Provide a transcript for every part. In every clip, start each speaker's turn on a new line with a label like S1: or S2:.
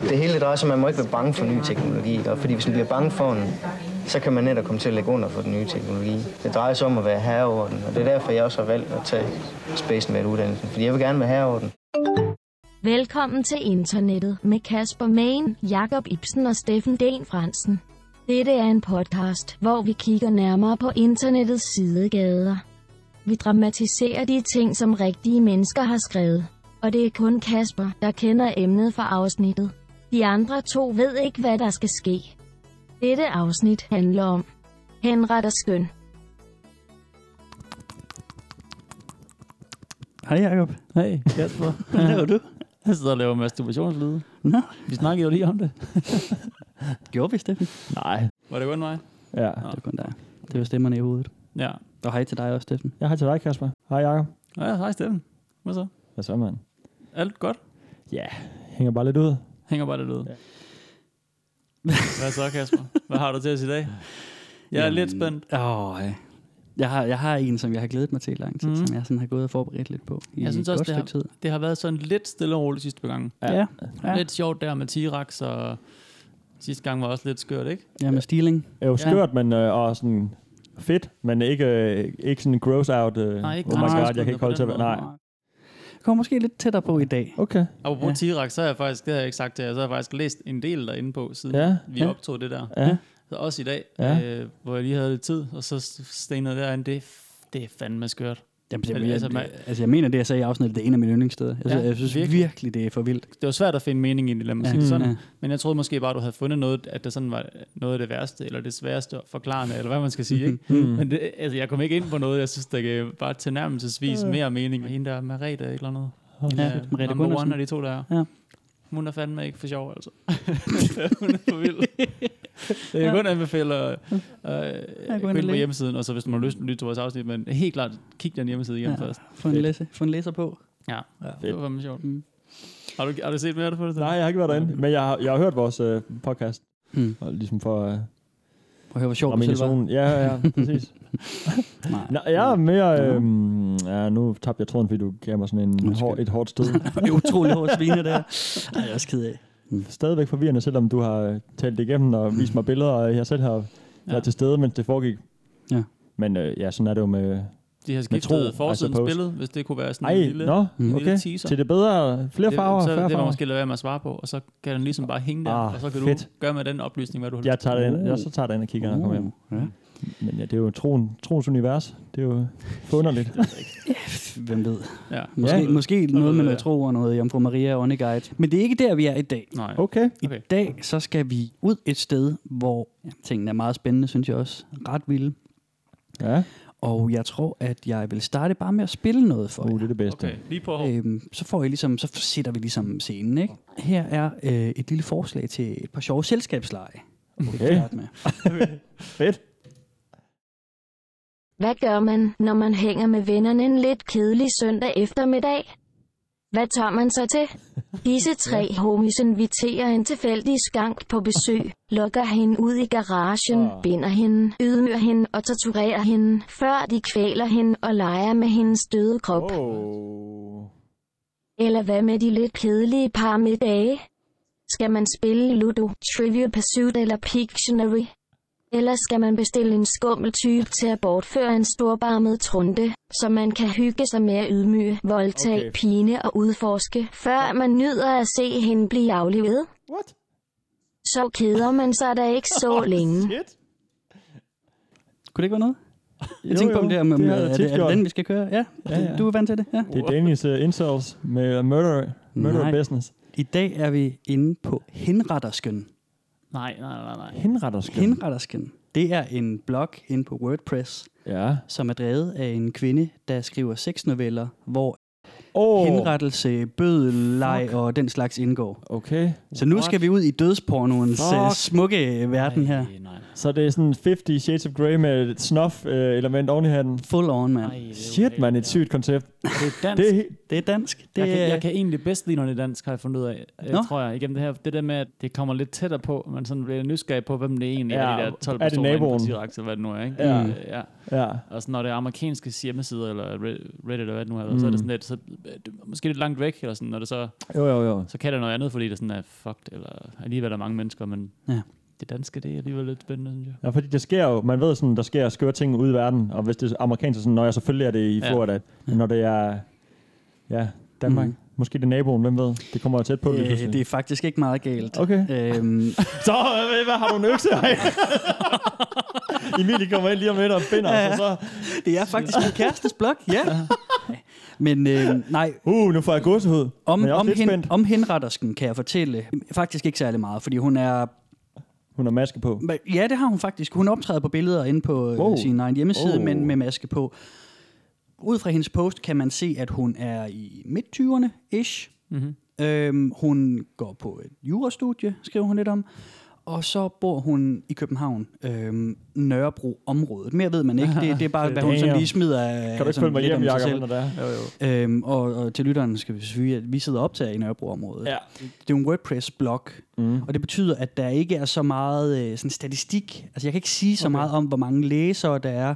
S1: Det hele drejer sig om, at man må ikke være bange for ny teknologi. Ikke? Fordi hvis man bliver bange for den, så kan man netop komme til at lægge under for den nye teknologi. Det drejer sig om at være herre over den, og det er derfor, jeg også har valgt at tage spacen med uddannelsen. Fordi jeg vil gerne være herre over den.
S2: Velkommen til internettet med Kasper Main, Jakob Ibsen og Steffen Den Fransen. Dette er en podcast, hvor vi kigger nærmere på internettets sidegader. Vi dramatiserer de ting, som rigtige mennesker har skrevet. Og det er kun Kasper, der kender emnet for afsnittet. De andre to ved ikke, hvad der skal ske. Dette afsnit handler om henret og skøn.
S3: Hej Jacob.
S4: Hej Kasper.
S3: Hvad laver du?
S4: Jeg sidder og laver masturbationslyde.
S3: Nå,
S4: Vi snakkede jo lige om det.
S3: gjorde vi Steffen?
S4: Nej. Var det kun mig?
S5: Ja,
S3: Det var kun dig. Det var stemmerne i hovedet.
S4: Ja.
S3: Og hej til dig også, Steffen.
S5: jeg har til dig, Kasper. Hej, Jacob.
S4: Ja, hej Steffen. Hvad så?
S5: Hvad så, mand?
S4: Alt godt?
S5: Hænger bare lidt ud.
S4: Hænger bare lidt ud.
S5: Ja.
S4: Hvad så Kasper? Hvad har du til os i dag? Jeg er
S3: Jamen,
S4: lidt spændt.
S3: Åh, ja. jeg har, jeg har en, som jeg har glædet mig til i lang tid, mm.
S4: Mhm.
S3: som jeg sådan har gået og forberedt lidt på i
S4: Jeg synes
S3: et
S4: også,
S3: godt
S4: det har-
S3: stykke tid.
S4: Det har været sådan lidt stille og roligt sidste par gange.
S3: Ja.
S4: Ja.
S3: Ja.
S4: Lidt sjovt der med T-Rex, og sidste gang var også lidt skørt, ikke?
S3: ja, med stealing.
S4: Ah,
S5: Er jo skørt, men øh, og sådan fedt, men ikke, øh, ikke sådan gross out. Øh,
S4: Nej, ikke
S5: oh my
S3: gross
S5: god,
S4: out,
S5: jeg kan ikke holde til at
S4: på
S5: være.
S4: den
S5: Nej,
S3: Jeg kommer måske lidt tættere på i dag.
S5: okay.
S4: Og på ja. T-Rex, så har jeg faktisk, det har jeg ikke sagt til jer, så har jeg faktisk læst en del derinde på, siden ja.
S5: Ja,
S4: vi
S3: Ja.
S4: optog det der.
S5: ja.
S4: Så også i dag,
S5: Ja.
S4: ja. øh, hvor jeg lige havde lidt tid, og så stenede derinde, det, er f- det er fandme skørt.
S3: Jamen, det,
S4: Altså,
S3: altså,
S4: man-
S3: jeg, altså, jeg mener det, jeg sagde i afsnittet, det er en af mine yndlingssteder. Jeg,
S4: Ja,
S3: ja, jeg synes
S4: virkelig.
S3: virkelig. virkelig, det er for vildt.
S4: det var svært at finde mening i det, lad mig
S3: Ja,
S4: ja. sige det sådan.
S3: Mm. ja.
S4: Men jeg troede måske bare, du havde fundet noget, at det sådan var noget af det værste, eller det sværeste forklarende, eller hvad man skal sige, ikke?
S5: Mm.
S4: Men det, altså, jeg kom ikke ind på noget, jeg synes, der gav bare tilnærmelsesvis mere mening. Hende der Marita et eller noget.
S3: Ja,
S4: Ja,
S3: Merete
S4: number
S3: Gundersen.
S4: one af de to, der er.
S3: Ja.
S4: Hun er fandme ikke for sjov, altså. Hun er for vild. Jeg kan kun anbefale at øh,
S3: og
S4: gå ind på
S3: læse.
S4: hjemmesiden, og så hvis man har lyst til at lytte til vores afsnit, men helt klart, kig den hjemmeside igen
S3: Ja.
S4: først.
S3: Få en,
S5: Fedt.
S3: læse, få en læser på.
S4: Ja, det
S5: Fedt.
S4: var fandme sjovt.
S3: Mm.
S4: Har du, har du set mere af det på det?
S5: Nej, jeg har ikke været derinde, men jeg har, jeg har hørt vores øh, podcast,
S3: Mm.
S5: og ligesom for øh,
S3: Prøv at høre, hvor sjovt
S5: om
S3: du
S5: en i
S3: selv var.
S5: zonen. Ja, ja, ja, præcis.
S3: Nej.
S5: Nå, jeg er mere... Øh, ja, nu tabte jeg tråden, fordi du gav mig sådan en
S3: Undskyld.
S5: hår, et hårdt stød.
S3: Det er utrolig hårdt svine, det her. Ej, jeg er også ked af.
S5: Stadigvæk forvirrende, selvom du har øh, talt det igennem og vist mig billeder, og jeg selv har ja. været til stede, mens det foregik.
S3: Ja.
S5: Men øh, ja, sådan er det jo med...
S4: De har
S5: Med tro,
S4: skiftet
S5: altså
S4: forsidens
S5: post.
S4: billede, hvis det kunne være sådan
S5: Ej,
S4: en lille,
S5: nå,
S4: en
S5: okay.
S4: lille teaser.
S5: Til det bedre, flere farver,
S4: så
S5: færre
S4: det var
S5: farver.
S4: måske lade være med at svare på, og så kan den ligesom bare hænge der,
S5: Ah,
S4: og så kan
S5: fedt.
S4: du gøre med den oplysning, hvad du har
S5: Jeg tager det
S4: Uh.
S5: ind, jeg så tager det ind og kigger, når jeg kommer hjem.
S3: Uh, Ja.
S5: Men ja, det er jo troen, troens univers. Det er jo forunderligt.
S3: Hvem ved?
S4: lyst til. Ja.
S3: Måske,
S5: Ja.
S3: ja, måske noget
S4: ved
S3: med
S4: jeg.
S3: noget tro og noget Jomfru Maria og Åndeguide. Men det er ikke der, vi er i dag.
S4: Nej.
S5: Okay.
S3: I
S4: Okay.
S3: dag så skal vi ud et sted, hvor ja, tingene er meget spændende, synes jeg også. Ret vilde.
S5: Ja,
S3: Og jeg tror, at jeg vil starte bare med at spille noget for
S5: uh, det er det bedste.
S4: Okay, lige på hård.
S3: jer. Øhm, så får I ligesom, så sætter vi ligesom scenen, ikke? Her er øh, et lille forslag til et par sjove selskabsleje.
S5: Okay,
S3: Start med.
S5: fedt.
S2: Hvad gør man, når man hænger med vennerne en lidt kedelig søndag eftermiddag? Hvad tager man så til? Disse tre homies inviterer en tilfældig skank på besøg, lukker hende ud i garagen,
S5: Åh.
S2: binder hende, ydmyger hende og torturerer hende, før de kvæler hende og leger med hendes døde krop.
S5: Oh.
S2: Eller hvad med de lidt kedelige par middage? Skal man spille Ludo, Trivia Pursuit eller Pictionary? Eller skal man bestille en skummel type til at bortføre en storbarmet trunte, så man kan hygge sig med at ydmyge, voldtage,
S5: Okay.
S2: okay. pine og udforske, før man nyder at se hende blive aflevet?
S5: What?
S2: Så keder man sig da ikke så længe.
S5: Shit.
S3: Kunne det ikke være noget? Jeg
S5: Jo,
S3: tænkte på
S5: jo,
S3: om det her med,
S5: det
S3: det
S5: har
S3: er,
S5: jeg
S3: det,
S5: tit
S3: er
S5: gjort.
S3: det den, vi skal køre? Ja,
S5: Ja, ja.
S3: du er vant til det. Ja.
S5: Det er Daniels uh, incels med murder, murder
S3: Nej.
S5: business.
S3: I dag er vi inde på henretterskøn.
S4: Nej, nej, nej, nej.
S5: Henretterskøn.
S3: Henrettersken, det er en blog inde på WordPress,
S5: ja.
S3: som er drevet af en kvinde, der skriver sexnoveller, hvor
S5: Oh,
S3: oh. henrettelse, bødelej og den slags indgår.
S5: Okay.
S3: Så nu
S4: What?
S3: skal vi ud i dødspornoens
S5: Fuck.
S3: Fuck. smukke verden her.
S4: Ej, nej.
S5: Så det er sådan 50 Shades of Grey med et snuff-element oven i handen.
S3: Full on, mand.
S4: Ej, det er jo
S5: Shit,
S4: helt-
S5: man, et sygt koncept.
S4: Det er dansk.
S5: Det er
S4: Det,
S5: helt...
S3: Det er dansk. Det
S4: jeg, kan,
S3: er
S4: jeg kan egentlig bedst lide, når det er dansk, har jeg fundet ud af, øh,
S3: Nå.
S4: tror jeg, igennem det her. Det der med, at det kommer lidt tættere på, og man sådan bliver nysgerrig på, hvem det egentlig ja, er, de
S5: Ja,
S4: der 12
S5: er det
S4: personer inde på
S5: naboen?
S4: T-Rex, eller hvad det nu er, ikke?
S5: Ja.
S4: Øh, ja.
S5: Ja.
S4: Og sådan, når det er amerikanske hjemmesider, eller Re- Reddit, eller hvad det nu er, mm. så er det sådan lidt, så øh, det er måske lidt langt væk, eller sådan, når det så,
S5: Jo, jo, jo.
S4: så kan der noget andet, fordi det sådan er fucked, eller alligevel er mange mennesker, men
S3: Ja.
S4: det danske, det er alligevel lidt spændende, synes jeg.
S5: Ja, fordi det sker jo, man ved sådan, der sker skøre ting ude i verden, og hvis det er amerikansk, så sådan, når jeg selvfølgelig er det i
S4: Ja.
S5: Florida, men når det er, ja, Danmark,
S3: Mhm.
S5: mm. måske det er naboen, hvem ved, det kommer jo tæt på lige
S3: Øh,
S5: pludselig.
S3: det er faktisk ikke meget galt.
S5: Okay.
S3: Øhm,
S5: Så, øh, hvad har du en økse? Ej. Emilie kommer ind lige om lidt og binder os, og så,
S3: det er faktisk min kærestes blog, ja. Men øh, nej,
S5: uh, nu får jeg gåsehud.
S3: om,
S5: Men jeg er
S3: om,
S5: også lidt
S3: hen,
S5: spændt.
S3: om henrettersken kan jeg fortælle mm, faktisk ikke særlig meget, fordi hun er...
S5: Hun har maske på.
S3: men Ja, det har hun faktisk. Hun optræder på billeder inde på wow.
S5: Wow.
S3: sin egen hjemmeside,
S5: Wow.
S3: men med maske på. Ud fra hendes post kan man se, at hun er i midt-20'erne-ish.
S4: Mm-hmm.
S3: Øhm, hun går på et jurastudie, skriver hun lidt om. Og så bor hun i København, øhm, Nørrebro-området. Mere ved man ikke. Det, det er bare, hvad hun sådan
S5: Damn.
S3: lige smider af-
S5: Kan du ikke
S3: sådan
S5: følge mig
S3: lidt
S5: hjem,
S3: om sig
S5: Jacob,
S3: selv.
S5: når det er?
S4: Jo, jo.
S3: Øhm, og, og til lytteren skal vi sige, at vi sidder og optager i Nørrebro-området.
S4: Ja.
S3: Det er jo en WordPress-blog, mm. og det betyder, at der ikke er så meget øh, sådan statistik. Altså, jeg kan ikke sige så okay. meget om, hvor mange læsere der er.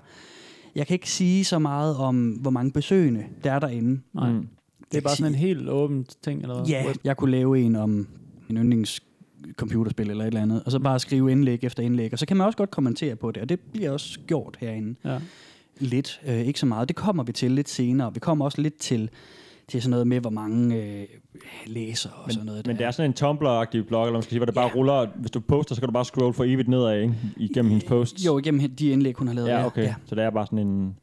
S3: Jeg kan ikke sige så meget om, hvor mange besøgende der er derinde.
S4: Nej. Mm. Det er bare sådan en
S3: sige-
S4: helt åben ting, eller hvad?
S3: Ja, jeg kunne lave en om en yndlings computerspil eller et eller andet, og så bare skrive indlæg efter indlæg, og så kan man også godt kommentere på det, og det bliver også gjort herinde.
S4: Ja.
S3: Lidt, øh, ikke så meget. Det kommer vi til lidt senere. Vi kommer også lidt til, til sådan noget med, hvor mange øh, læser og sådan noget.
S5: Men det er sådan en Tumblr-agtig blog, eller man skal sige, hvor det bare
S3: Ja.
S5: ruller. og Hvis du poster, så kan du bare scrolle for evigt nedad, ikke? Igennem hendes posts.
S3: Jo, igennem de indlæg, hun har lavet.
S5: Ja, okay.
S3: Ja,
S5: Så det er bare sådan en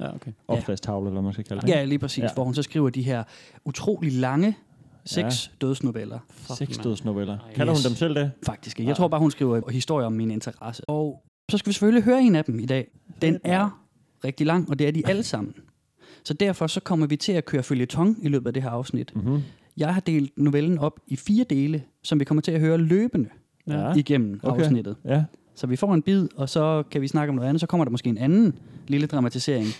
S4: ja, okay.
S5: opslagstavle, eller hvad man skal kalde det.
S3: ja lige præcis, ja.
S5: Ja.
S3: hvor hun så skriver de her utrolig lange seks ja. dødsnoveller.
S5: Seks dødsnoveller.
S4: Ej,
S5: Kalder hun
S3: yes.
S5: dem selv det?
S3: Faktisk ikke. Jeg tror bare, hun skriver historier om min interesse. Og så skal vi selvfølgelig høre en af dem i dag. Den er rigtig lang, og det er de alle sammen. Så derfor så kommer vi til at køre følgetong i løbet af det her afsnit.
S5: Mm-hmm.
S3: Jeg har delt novellen op i fire dele, som vi kommer til at høre løbende
S5: Ja.
S3: igennem
S5: Okay.
S3: afsnittet.
S5: Ja.
S3: Så vi får en bid, og så kan vi snakke om noget andet. Så kommer der måske en anden lille dramatisering. Okay.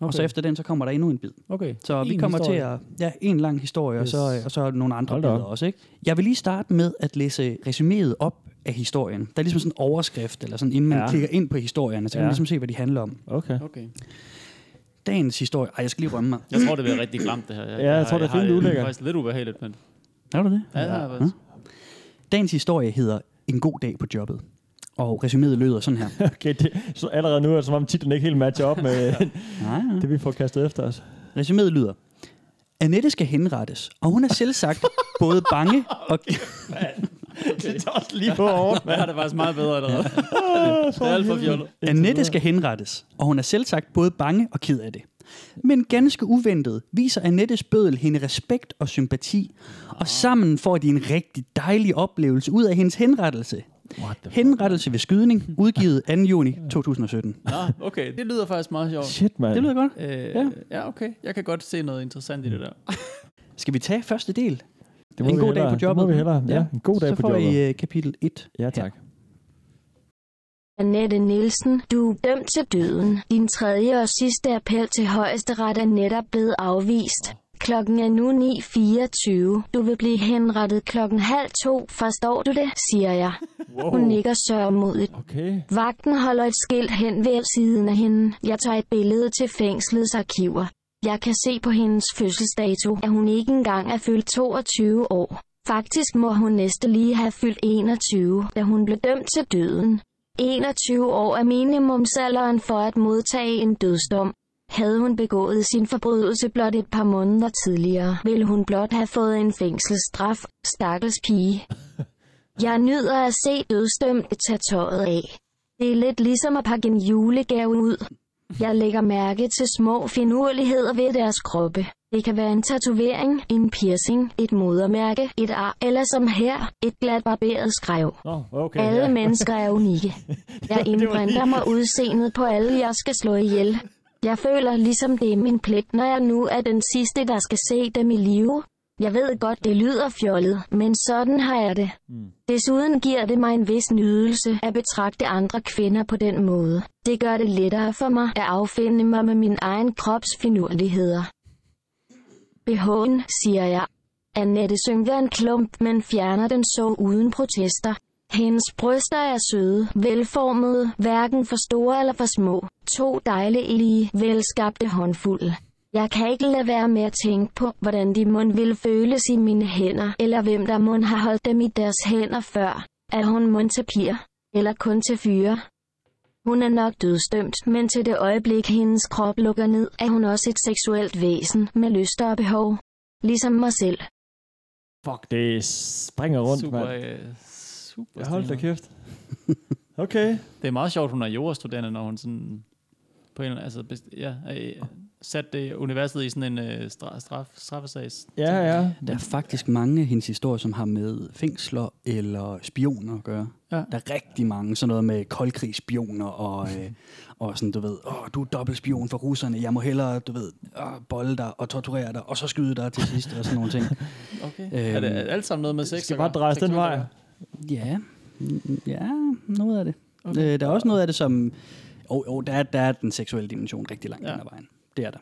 S3: Og
S4: Okay.
S3: så efter den, så kommer der endnu en bid.
S4: Okay.
S3: Så vi
S4: En
S3: kommer
S4: historie.
S3: til at... Ja, en lang historie, yes.
S4: Yes.
S3: og, så, og så nogle andre
S5: Hold da
S3: billeder
S5: op.
S3: også. Ikke? Jeg vil lige starte med at læse resuméet op af historien. Der er ligesom sådan en overskrift, eller sådan, inden man ja.
S5: Ja.
S3: klikker ind på historierne, så kan ja.
S5: Ja.
S3: man ligesom se, hvad de handler om.
S5: Okay.
S4: Okay.
S3: Dagens historie... Ej, jeg skal lige rømme mig.
S4: Jeg tror, det bliver rigtig klamt, det her. Jeg,
S5: Ja, jeg tror, det er fint, du
S4: det
S5: lægger.
S4: faktisk lidt ubehageligt, men...
S3: Er du det?
S4: Ja, det har jeg faktisk.
S3: Dagens historie hedder En god dag på jobbet. Og resuméet lyder sådan her.
S5: Okay, det, så allerede nu er det som om titlen ikke helt matcher op med
S3: Nej, ja.
S5: det, vi får kastet efter os.
S3: Resuméet lyder. Annette skal henrettes, og hun er selvsagt både bange og...
S5: Det er også lige på over.
S4: Hvad er det faktisk meget bedre allerede? det er alt for fjollet.
S3: Annette skal henrettes, og hun er selvsagt både bange og ked af det. Men ganske uventet viser Annettes bødel hende respekt og sympati,
S5: Ah.
S3: og sammen får de en rigtig dejlig oplevelse ud af hendes henrettelse. Henrettelse ved skydning, udgivet 2. juni 2017.
S4: Nå, okay. Det lyder faktisk meget sjovt.
S5: Shit, mand.
S3: Det lyder godt.
S4: Øh,
S3: Ja.
S4: ja. ja, okay. Jeg kan godt se noget interessant i det der.
S3: Skal vi tage første del?
S5: Det
S3: en god
S5: vi
S3: dag
S5: hellere.
S3: på jobbet.
S5: Det må vi hellere. Ja,
S3: Ja.
S5: en god dag
S3: Så
S5: på
S3: får
S5: jobbet.
S3: I uh, kapitel 1.
S5: Ja, tak.
S2: Annette Nielsen, du er dømt til døden. Din tredje og sidste appel til højesteret er netop blevet afvist. Klokken er nu 9.24. Du vil blive henrettet klokken halv to, forstår du det, siger jeg. Wow. Hun nikker sørmodigt.
S5: Okay.
S2: Vagten holder et skilt hen ved siden af hende. Jeg tager et billede til fængslets arkiver. Jeg kan se på hendes fødselsdato, at hun ikke engang er fyldt 22 år. Faktisk må hun næste lige have fyldt 21, da hun blev dømt til døden. 21 år er minimumsalderen for at modtage en dødsdom. Havde hun begået sin forbrydelse blot et par måneder tidligere, ville hun blot have fået en fængselsstraf, stakkels pige. Jeg nyder at se dødsdømte tage tøjet af. Det er lidt ligesom at pakke en julegave ud. Jeg lægger mærke til små finurligheder ved deres kroppe. Det kan være en tatovering, en piercing, et modermærke, et ar, eller som her, et glat barberet skrev.
S5: Nå, okay.
S2: Alle
S5: ja.
S2: mennesker er unikke. Jeg indprinter mig udseendet på alle, jeg skal slå ihjel. Jeg føler ligesom det er min pligt, når jeg nu er den sidste, der skal se dem i live. Jeg ved godt, det lyder fjollet, men sådan har jeg det.
S5: Mm.
S2: Desuden giver det mig en vis nydelse at betragte andre kvinder på den måde. Det gør det lettere for mig at affinde mig med min egen krops finurligheder. BH'en, siger jeg. Annette synker en klump, men fjerner den så uden protester. Hendes bryster er søde, velformede, hverken for store eller for små. To dejlige, velskabte håndfulde. Jeg kan ikke lade være med at tænke på, hvordan de mund ville føles i mine hænder, eller hvem der mund har holdt dem i deres hænder før. Er hun mund til piger? Eller kun til fyre? Hun er nok dødstømt, men til det øjeblik hendes krop lukker ned, er hun også et seksuelt væsen med lyster og behov. Ligesom mig selv.
S5: Fuck, det springer rundt,
S4: super,
S5: mand.
S4: øh, super
S5: Jeg holdt da
S4: stilet.
S5: kæft. Okay.
S4: Det er meget sjovt, hun er jurastuderende, når hun sådan på en eller anden, altså, best, ja, øh, sat det universet i sådan en øh, straf, straf, straffesags.
S5: Ja, ja.
S3: Der er faktisk mange af hendes historier, som har med fængsler eller spioner at gøre.
S4: Ja.
S3: Der er rigtig mange, sådan noget med koldkrigsspioner og, øh, og sådan, du ved, åh, du er dobbeltspion for russerne, jeg må hellere, du ved, åh, bolle dig og torturere dig, og så skyde dig til sidst, og sådan nogle ting.
S4: Okay. Øhm, er det er det alt sammen noget med sex?
S5: Skal
S4: at
S5: bare
S4: gøre?
S5: drejes den
S4: Seksuelt
S5: vej.
S4: at gøre?
S3: Ja, Mm, ja, noget af det. Okay. Øh, der er også noget af det, som, åh, oh, der, er- der er den seksuelle dimension rigtig langt
S4: Ja.
S3: ja. den ad vejen. Det er der.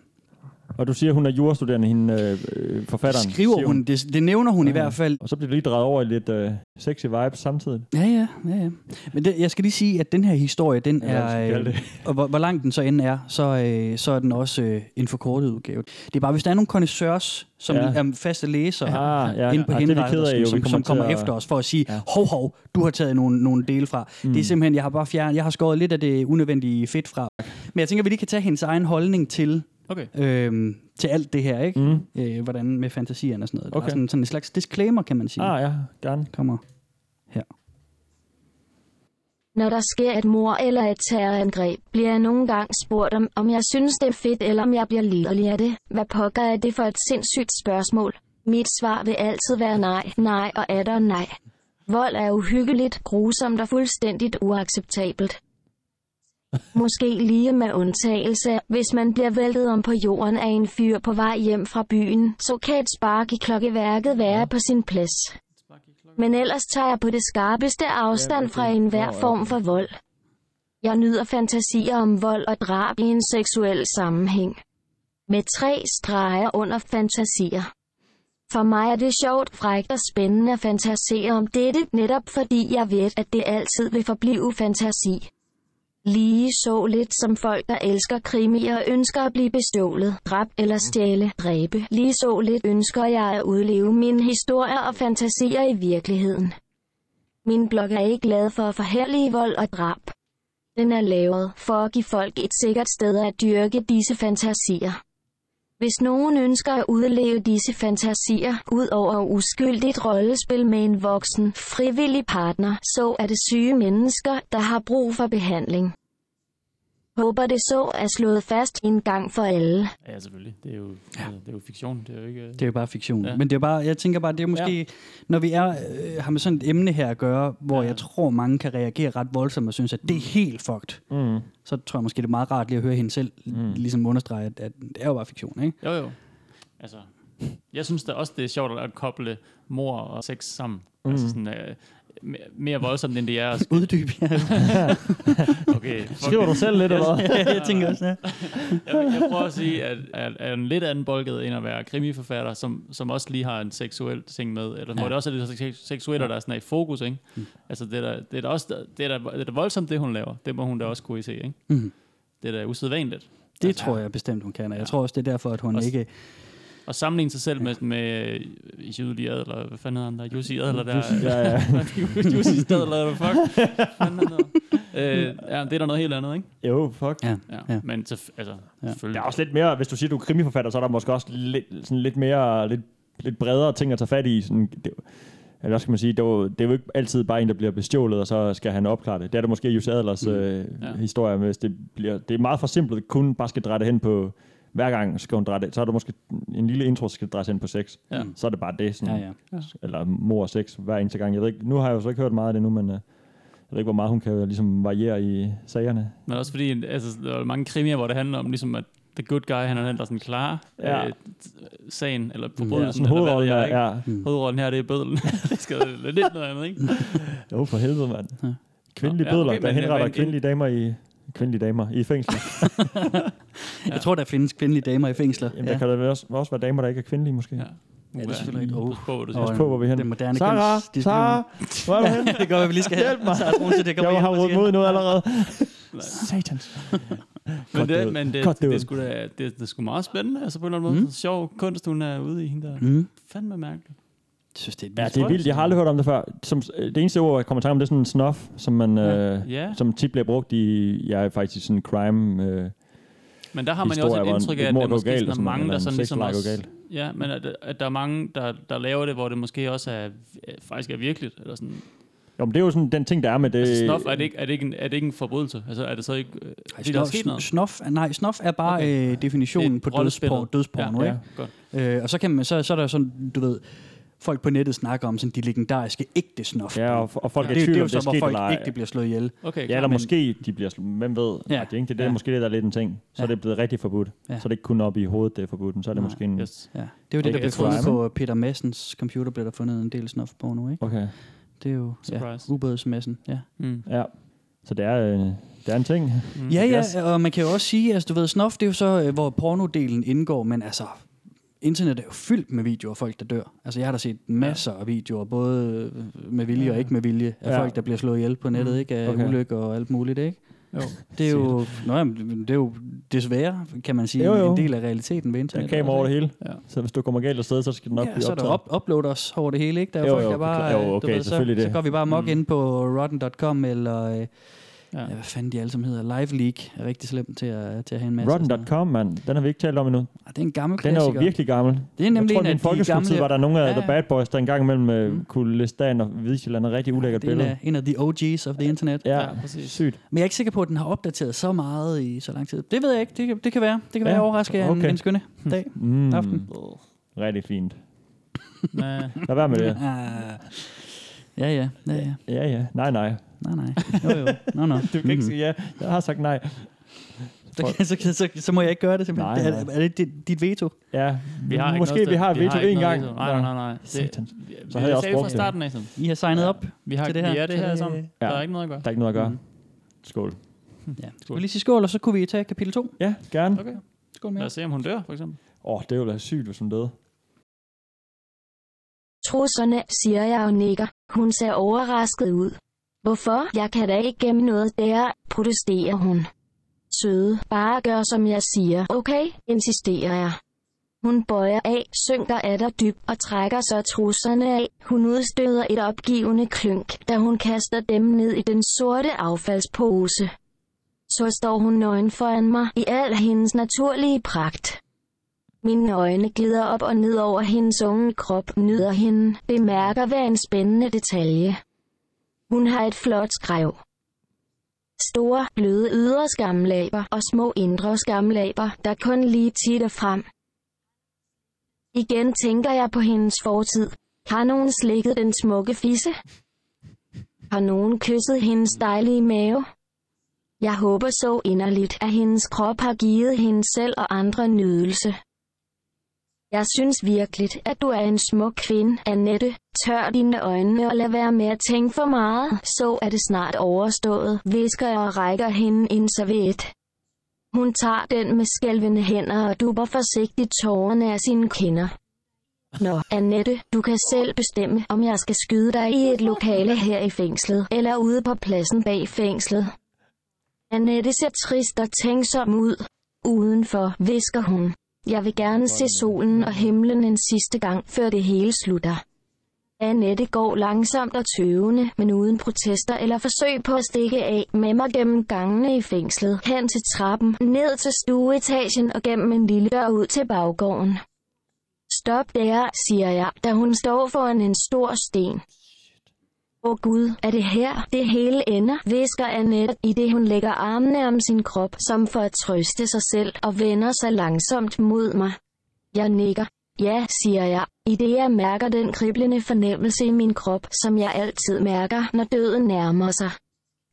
S5: Og du siger, hun er jurastuderende, hende øh, øh, forfatteren.
S3: Skriver
S5: siger
S3: hun, det, det nævner hun i
S5: Okay.
S3: hvert fald
S5: Og så bliver det lige drejet over i lidt øh, sexy vibes samtidig.
S3: Ja, ja, ja, ja. Men det, jeg skal lige sige, at den her historie, den
S5: Ja, hvad skal vi
S3: er,
S5: kalde
S3: øh,
S5: det?
S3: og hvor, hvor lang den så end er, så, øh, så er den også øh, en forkortet udgave. Det er bare, hvis der er nogle connoisseurs, som
S5: Ja.
S3: ja. er faste læsere
S5: Ah, ja.
S3: ja, inde på
S5: Ah,
S3: ja,
S5: det er vi
S3: Henrik,
S5: ked af, jo. Vi
S3: som,
S5: kommer
S3: som
S5: til
S3: kommer
S5: at-
S3: efter os for at sige, ja. hov, hov, du har taget nogle, nogle dele fra. Mm. Det er simpelthen, jeg har bare fjernet, jeg har skåret lidt af det unødvendige fedt fra. Men jeg tænker, vi lige kan tage hendes egen holdning til,
S4: Okay.
S3: øh, til alt det her, ikke?
S5: Mm.
S3: Øh, hvordan med fantasierne og sådan noget.
S5: Okay.
S3: Okay. Sådan, sådan en slags disclaimer, kan man sige.
S5: Ah, ja. Gerne.
S3: Kommer her.
S2: Når der sker et mor eller et terrorangreb, bliver jeg nogle gange spurgt om, om jeg synes det er fedt, eller om jeg bliver liderlig af det. Hvad pokker er det for et sindssygt spørgsmål? Mit svar vil altid være nej, nej og atter nej. Vold er uhyggeligt, grusomt og fuldstændigt uacceptabelt. Måske lige med undtagelse, af, hvis man bliver væltet om på jorden af en fyr på vej hjem fra byen, så kan et spark i klokkeværket være på sin plads. Men ellers tager jeg på det skarpeste afstand fra enhver form for vold. Jeg nyder fantasier om vold og drab i en seksuel sammenhæng. Med tre streger under fantasier. For mig er det sjovt, frækt og spændende at fantasere om dette, netop fordi jeg ved, at det altid vil forblive fantasi. Lige så lidt som folk, der elsker krimi og ønsker at blive bestjålet, dræbt eller stjæle, dræbe. Lige så lidt ønsker jeg at udleve mine historier og fantasier i virkeligheden. Min blog er ikke glad for at forherlige vold og drab. Den er lavet for at give folk et sikkert sted at dyrke disse fantasier. Hvis nogen ønsker at udleve disse fantasier, ud over uskyldigt rollespil med en voksen, frivillig partner, så er det syge mennesker, der har brug for behandling. Håber det så er slået fast en gang for alle.
S4: Ja, ja, selvfølgelig. Det er jo, ja. det er jo fiktion. Det er jo ikke... øh,
S3: Det er jo bare fiktion.
S4: Ja.
S3: Ja. Men det er bare, jeg tænker bare, det er måske,
S4: Ja.
S3: ja. når vi er, øh, har med sådan et emne her at gøre, hvor ja. jeg tror, mange kan reagere ret voldsomt og synes, at det er helt fucked,
S5: Mm.
S3: så tror jeg måske, det er meget rart lige at høre hende selv mm. ligesom understrege, at, at det er jo bare fiktion, ikke?
S4: Jo, jo. Altså, jeg synes da også, det er sjovt at koble mor og sex sammen. Mm. Altså sådan, øh, me- mere voldsomt, end det er. at sk-
S3: Uddyb, ja.
S4: Okay, fuck
S5: Skriver du selv lidt, eller hvad?
S3: jeg tænker også, ja.
S4: jeg, jeg prøver at sige, at, at, at en lidt anden boldgade end at være krimiforfatter, som, som også lige har en seksuel ting med, eller ja. må det også er det seks- seksuelle, der er sådan er i fokus, ikke? Mm. Altså, det er da, det er da også det er da, det er da voldsomt, det hun laver. Det må hun da også kunne se, ikke?
S3: Mhm.
S4: Det er da usædvanligt.
S3: Det tror jeg bestemt, hun kan, og jeg tror også, det er derfor, at hun
S4: Også-
S3: også, ikke...
S4: Og sammenligne sig selv med, med øh, Julie Adler, hvad fanden hedder han der? Jussi Adler, der...
S5: Ja, ja.
S4: Jussi Stadler, hvad fuck? Hvad fanden er det? øh, ja, det er da noget helt andet, ikke?
S5: Jo, fuck.
S3: Ja.
S4: Ja, ja.
S3: Ja.
S4: men så, altså, ja.
S5: Der
S4: selvfølgelig.
S5: er også lidt mere, hvis du siger, du er krimiforfatter, så er der måske også lidt, sådan lidt mere, lidt, lidt bredere ting at tage fat i. Sådan, det, eller hvad skal man sige, det er, jo, det er jo ikke altid bare en, der bliver bestjålet, og så skal han opklare det. Det er der måske Jus Adlers øh,
S4: Ja.
S5: ja. historie, men hvis det, bliver, det er meget for simpelt, at kun bare skal dreje det hen på, hver gang skal hun dreje det, så er der måske en lille intro, der skal drejes hen på sex.
S4: Ja.
S5: Så er det bare det, sådan,
S3: Ja, ja.
S5: eller mor og sex hver eneste gang. Jeg ved ikke, nu har jeg jo så ikke hørt meget af det nu, men øh, jeg ved ikke, hvor meget hun kan ligesom variere i sagerne.
S4: Men også fordi, altså, der er mange krimier, hvor det handler om, ligesom at the good guy, han er den, der sådan klarer
S5: Ja.
S4: ja. øh, t- sagen, eller
S5: Ja,
S4: forbrydelsen,
S5: sådan
S4: eller hvad
S5: hovedrollen
S4: det
S5: er,
S4: er, ikke?
S5: ja.
S4: Hovedrollen her, det er bødlen. det skal være lidt noget andet, ikke?
S5: Jo, for helvede, mand.
S3: Ja.
S5: Kvindelige
S4: Nå, ja,
S5: bødler,
S4: okay,
S5: der
S4: men-
S5: henretter
S4: men-
S5: kvindelige damer i kvindelige damer i fængsel.
S3: Jeg tror, der findes kvindelige damer i fængsler.
S5: Jamen, ja. der kan der vel også, også være damer, der ikke er kvindelige, måske.
S4: Ja.
S5: Ja.
S4: Uha,
S3: det er selvfølgelig ikke-
S4: pas på, hvad du siger.
S5: Pas på, hvor vi hen.
S3: Den moderne
S5: Sarah,
S3: kønsdiskrimination.
S5: Sarah, hvor er du henne?
S3: Det gør, at vi lige skal have. Hjælp mig. Så, det kommer
S5: Jeg
S3: hjem
S5: har
S3: og
S5: rodet
S3: siger-
S5: mod noget allerede.
S4: Nej.
S5: Satans.
S4: Men
S5: Godt
S4: det,
S5: ud.
S4: men det,
S5: Godt
S4: det,
S5: ud.
S4: er sgu da, det, det er sgu meget spændende. Altså på en eller anden måde. Mm. Sjov kunst, hun er ude i hende der. Mm. Fandme mærkeligt.
S3: Jeg synes, det er et
S5: Ja,
S3: vildt
S5: det er vildt. Jeg har aldrig hørt om det før. Som, det eneste ord, jeg kommer i tanke om, det er sådan en snuff, som, man, ja. Øh,
S4: Ja.
S5: som tit bliver brugt i, ja, faktisk sådan crime. Øh,
S4: Men der har man jo
S5: Historier,
S4: også et
S5: hvor en-
S4: indtryk af,
S5: et
S4: at
S5: mord
S4: der
S5: går
S4: måske
S5: galt,
S4: sådan er
S5: og sådan noget,
S4: mange, der
S5: eller en
S4: sådan ligesom
S5: sexleg går
S4: også...
S5: galt.
S4: Ja, men at, at der er mange, der, der laver det, hvor det måske også er, øh, faktisk er virkeligt. Eller sådan.
S5: jo, men det er jo sådan den ting, der er med det.
S4: Altså, snof, er det, ikke, er, det ikke en, er det ikke en forbrydelse? Altså, er det så ikke... Øh,
S3: Ej,
S4: fordi der er sket
S3: snof,
S4: noget?
S3: snof, nej, snof er bare okay. øh, definitionen
S4: Det er
S3: på
S4: et rollespillet.
S3: dødsporno, dødsporno
S4: Ja,
S3: ja,
S4: ja.
S3: ja.
S4: Godt.
S3: ikke? Øh, og så, kan man, så, så er der jo sådan, du ved, folk på nettet snakker om sådan de legendariske ægte snof.
S5: Ja, og, og folk
S3: det,
S5: ja.
S3: er jo- det
S5: er i tvivl,
S3: er
S5: om
S3: jo
S5: det er
S3: så, hvor
S5: sket
S3: folk
S5: eller ej.
S3: ikke bliver slået ihjel.
S4: Okay,
S5: Ja,
S4: klar,
S5: eller
S4: men-
S5: måske de bliver slået. Hvem ved?
S3: Ja.
S5: Ja. Ikke? Det er det,
S3: Ja.
S5: måske det, der er lidt en ting. Så er det blevet rigtig forbudt.
S3: Ja.
S5: Ja. Så er det ikke kun op i hovedet, det er forbudt. Men så er det
S3: Nej.
S5: måske en... Yes.
S4: Yes.
S3: Ja. Det er jo det,
S5: Okay,
S3: der blev
S5: jeg tror,
S3: fundet
S5: jeg-
S3: på Peter Messens computer, blev der fundet en del snof på nu, ikke?
S5: Okay.
S3: Det er jo ja,
S4: Surprise.
S3: ubådsmessen, ja.
S4: Mm.
S5: Ja. Så det er, øh, det er en ting.
S3: Mm, ja, ja,
S5: Mm-hmm. Yes.
S3: og man kan jo også sige, altså du ved, snof, det er jo så, øh, hvor pornodelen indgår, men altså, internet er jo fyldt med videoer af folk, der dør. Altså, jeg har da set masser af videoer, både øh, med vilje og ikke med vilje, af
S5: Ja. Mm-hmm.
S3: folk, der bliver slået ihjel på nettet, ikke? Af
S5: Okay.
S3: okay. ulykker og alt muligt, ikke?
S4: Jo.
S3: Det er jo, nå, jamen, det er jo desværre, kan man sige,
S5: Jo,
S3: jo,
S5: jo.
S3: jo. en del af realiteten ved
S5: Der er
S3: internet. Altså,
S5: kamera over det hele.
S4: Ja.
S5: Ja. Så hvis du kommer galt afsted, så skal den nok
S3: Ja,
S5: blive
S3: så er der
S5: optaget.
S3: op- uploaders over det hele, ikke? Der er jo,
S5: Jo,
S3: folk,
S5: jo,
S3: der bare...
S5: forklar- jo,
S3: øh, du
S5: okay,
S3: ved, så,
S5: selvfølgelig det.
S3: så går vi bare mok mm. ind på rotten.com, eller... Øh,
S4: Ja.
S3: ja. hvad fanden de alle sammen hedder, Live League er rigtig slem til at, til at have en masse. af sådan noget.
S5: Rotten.com, mand. Den har vi ikke talt om endnu.
S3: Ah, det er en gammel
S5: Den er
S3: klassiker.
S5: jo virkelig gammel.
S3: det er nemlig
S5: jeg tror,
S3: en
S5: at min
S3: af de
S5: folkeskoletid
S3: gamle,
S5: var der nogle af
S3: Ja,
S5: ja, ja. The
S3: ja.
S5: Bad Boys, der engang imellem mm.
S3: Mm.
S5: kunne liste dagen og vise et eller andet rigtig ulækkert
S3: det er en
S5: billede.
S3: af, en af de OG's of the internet.
S5: Ja,
S4: Ja,
S5: ja
S4: præcis.
S5: sygt.
S3: Men jeg er ikke sikker på, at den har opdateret så meget i så lang tid. Det ved jeg ikke. Det, kan- det kan være. Det kan være,
S5: Ja,
S3: jeg overrasker okay. en,
S5: okay.
S3: en skønne dag.
S5: Mm.
S3: Aften.
S5: Rigtig fint.
S4: Næh.
S5: Lad være med det.
S3: Ah. Ja, ja. Ja, ja.
S5: Ja, ja. Nej, nej.
S3: Nej, nej. Jo, jo. Nå, nå.
S5: Du kan ikke sige ja. Jeg har sagt nej.
S3: Så, så, så, så, så må jeg ikke gøre det simpelthen.
S5: Nej,
S3: Nej, nej. Er,
S5: nej.
S3: er det dit, dit veto?
S5: Ja,
S4: Vi har ikke
S5: måske
S4: noget
S5: vi har et
S4: sted-
S5: veto
S4: ikke
S5: en
S4: noget
S5: gang.
S4: veto. Nej, nej, nej. nej. Det,
S5: Satan.
S4: vi,
S5: Så havde jeg også
S4: sagde fra
S5: brugt det.
S4: starten af, sådan.
S3: I har signet op
S4: Vi har,
S3: til det her.
S4: vi er det
S3: Så
S4: her
S3: det-
S4: sammen.
S5: Ja.
S4: Der er ikke noget at gøre.
S5: Der er ikke noget at gøre.
S3: Mhm.
S5: Mm. Skål.
S3: Ja. Skal vi lige sige skål, og så kunne vi tage kapitel 2?
S5: Ja, gerne. Åh,
S4: Okay.
S3: Skål med
S4: Lad
S3: jer.
S4: os se, om hun dør, for eksempel.
S5: oh, det ville være sygt, hvis hun døde.
S2: Trusserne, siger jeg og nikker. Hun ser overrasket ud. Hvorfor? Jeg kan da ikke gemme noget der, protesterer hun. Søde, bare gør som jeg siger, okay, insisterer jeg. Hun bøjer af, synker af der dybt og trækker så trusserne af. Hun udstøder et opgivende klynk, da hun kaster dem ned i den sorte affaldspose. Så står hun nøgen foran mig i al hendes naturlige pragt. Mine øjne glider op og ned over hendes unge krop, nyder hende, bemærker hver en spændende detalje. Hun har et flot skrev. Store, bløde ydre skamlæber og små indre skamlæber, der kun lige titter frem. Igen tænker jeg på hendes fortid. Har nogen slikket den smukke fisse? Har nogen kysset hendes dejlige mave? Jeg håber så inderligt, at hendes krop har givet hende selv og andre nydelse. Jeg synes virkelig, at du er en smuk kvinde, Annette. Tør dine øjne og lad være med at tænke for meget, så er det snart overstået, visker jeg og rækker hende en serviet. Hun tager den med skælvende hænder og duber forsigtigt tårerne af sine kinder. Nå, Annette, du kan selv bestemme, om jeg skal skyde dig i et lokale her i fængslet, eller ude på pladsen bag fængslet. Annette ser trist og tænksom ud. Udenfor, visker hun. Jeg vil gerne se solen og himlen en sidste gang, før det hele slutter. Annette går langsomt og tøvende, men uden protester eller forsøg på at stikke af med mig gennem gangene i fængslet, hen til trappen, ned til stueetagen og gennem en lille dør ud til baggården. Stop der, siger jeg, da hun står foran en stor sten. Åh oh Gud, er det her, det hele ender, visker Annette, i det hun lægger armene om sin krop, som for at trøste sig selv, og vender sig langsomt mod mig. Jeg nikker. Ja, siger jeg, i det jeg mærker den kriblende fornemmelse i min krop, som jeg altid mærker, når døden nærmer sig.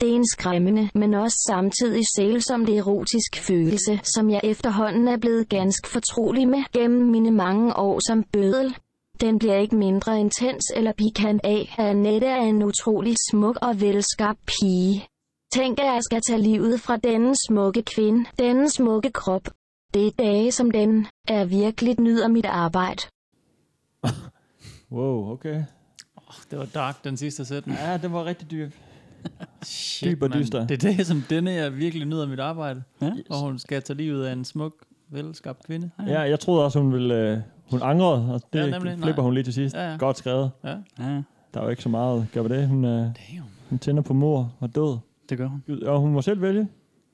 S2: Det er en skræmmende, men også samtidig sælsomt erotisk følelse, som jeg efterhånden er blevet ganske fortrolig med gennem mine mange år som bødel, den bliver ikke mindre intens eller pikant af, at Annette er en utrolig smuk og velskabt pige. Tænk, at jeg skal tage livet fra denne smukke kvinde, denne smukke krop. Det er dage som den, at jeg virkelig nyder mit arbejde.
S5: Wow, okay.
S4: Det var dark, den sidste sætning.
S5: Ja, det var rigtig dyrt.
S4: Shit,
S5: Dyb og
S4: mand.
S5: dyster.
S4: Det er det, som denne jeg virkelig nyder mit arbejde.
S3: Ja.
S4: Og hun skal tage livet af en smuk, velskabt kvinde.
S5: Ja, jeg troede også, hun ville... Øh, hun angrede, og det
S4: Ja,
S5: ja,
S4: nemlig.
S5: flipper
S4: Nej.
S5: hun lige til sidst.
S4: Ja,
S5: Ja,
S4: ja.
S5: ja. Godt skrevet.
S3: ja,
S5: Der er jo ikke så meget at gøre ved det. Hun, øh, hun tænder på mor og død.
S3: det gør hun.
S5: Gud, Og hun må selv vælge.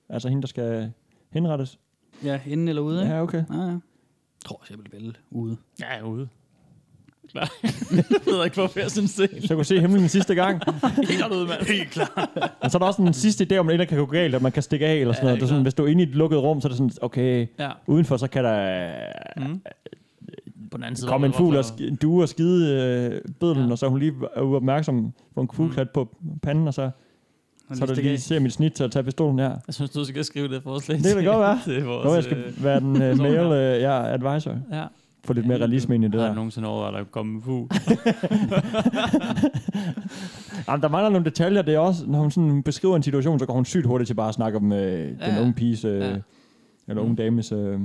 S5: Altså hende, der skal henrettes.
S3: Ja, inden eller ude, ikke?
S5: Ja, okay.
S3: Ja, ja. Jeg tror også, jeg vil vælge ude.
S4: Ja, jeg er ude. Klar. jeg ved ikke, hvorfor jeg synes det.
S5: Så kunne se himlen den sidste gang.
S4: Helt godt ud, mand. Helt klart.
S5: Og så er der også en sidste idé, om det ender kan gå galt, og man kan stikke af eller sådan
S4: Ja,
S5: ja, noget.
S4: det er
S5: Det er sådan,
S4: klart.
S5: hvis du er inde i et lukket rum, så er det sådan, okay,
S4: Ja.
S5: udenfor, så kan der
S4: Mm. øh, På den anden side.
S5: komme en
S4: hvorfor-
S5: fugl og sk- en due og skide øh, bødlen,
S4: Ja.
S5: ja. og så er hun lige er uopmærksom på en fuglklat på panden, og så, så er det lige ser mit snit til at tage pistolen her.
S4: Jeg synes, du skal skrive det forslag.
S5: Det kan
S4: til-
S5: godt være.
S4: til vores,
S5: Nå, jeg skal være den øh,
S4: personer.
S5: male øh, ja, advisor.
S4: øh, Ja.
S5: Få lidt mere realisme ind i det
S4: Har du
S5: der.
S4: nogensinde overvejet at komme en fugl?
S5: Jamen, der mangler nogle detaljer. Det er også, når hun sådan beskriver en situation, så går hun sygt hurtigt til bare at snakke om øh, den
S4: Ja.
S5: unge piges, øh,
S4: Ja. Mm.
S5: eller unge dames øh,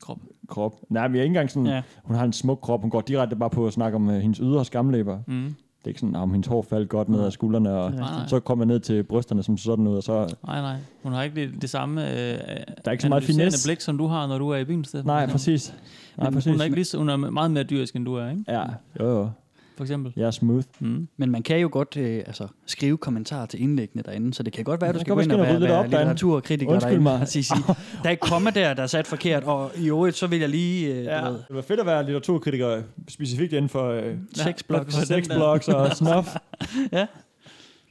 S4: Krop.
S5: krop. Nej, men jeg er ikke engang sådan,
S3: Ja.
S5: hun har en smuk krop. Hun går direkte bare på at snakke om øh, hendes ydre skamlæber. Det
S4: Mm.
S5: er ikke sådan, om hendes hår faldt godt ned af skuldrene, og
S4: Nej, nej.
S5: så kommer jeg ned til brysterne som sådan ud, og så...
S4: Nej, nej. Hun har ikke det, det samme øh, der
S5: er ikke så meget finesse.
S4: blik, som du har, når du er i byen. Steffen.
S5: Nej,
S4: For eksempel.
S5: præcis. Nej,
S4: Men
S5: præcis.
S4: Hun er, ikke lige, så- hun er meget mere dyrisk, end du er, ikke?
S5: Ja, jo jo.
S4: For eksempel.
S5: Jeg er smooth.
S4: Mm.
S3: Men man kan jo godt øh, altså, skrive kommentarer til indlæggene derinde, så det kan godt være, at du
S5: Jeg
S3: skal
S5: kan
S3: gå
S5: godt
S3: ind og
S5: måske
S3: være,
S5: rydde lidt
S3: være
S5: op derinde.
S3: litteraturkritiker
S5: Undskyld
S3: derinde.
S5: mig.
S3: Og sige, sige, der er et komma der, der er sat forkert, og i øvrigt, så vil jeg lige... Øh, ja. ved,
S5: Det var fedt at være litteraturkritiker, specifikt inden for øh,
S3: sexblogs.
S4: for den der.
S5: sexblogs og snuff.
S3: Ja.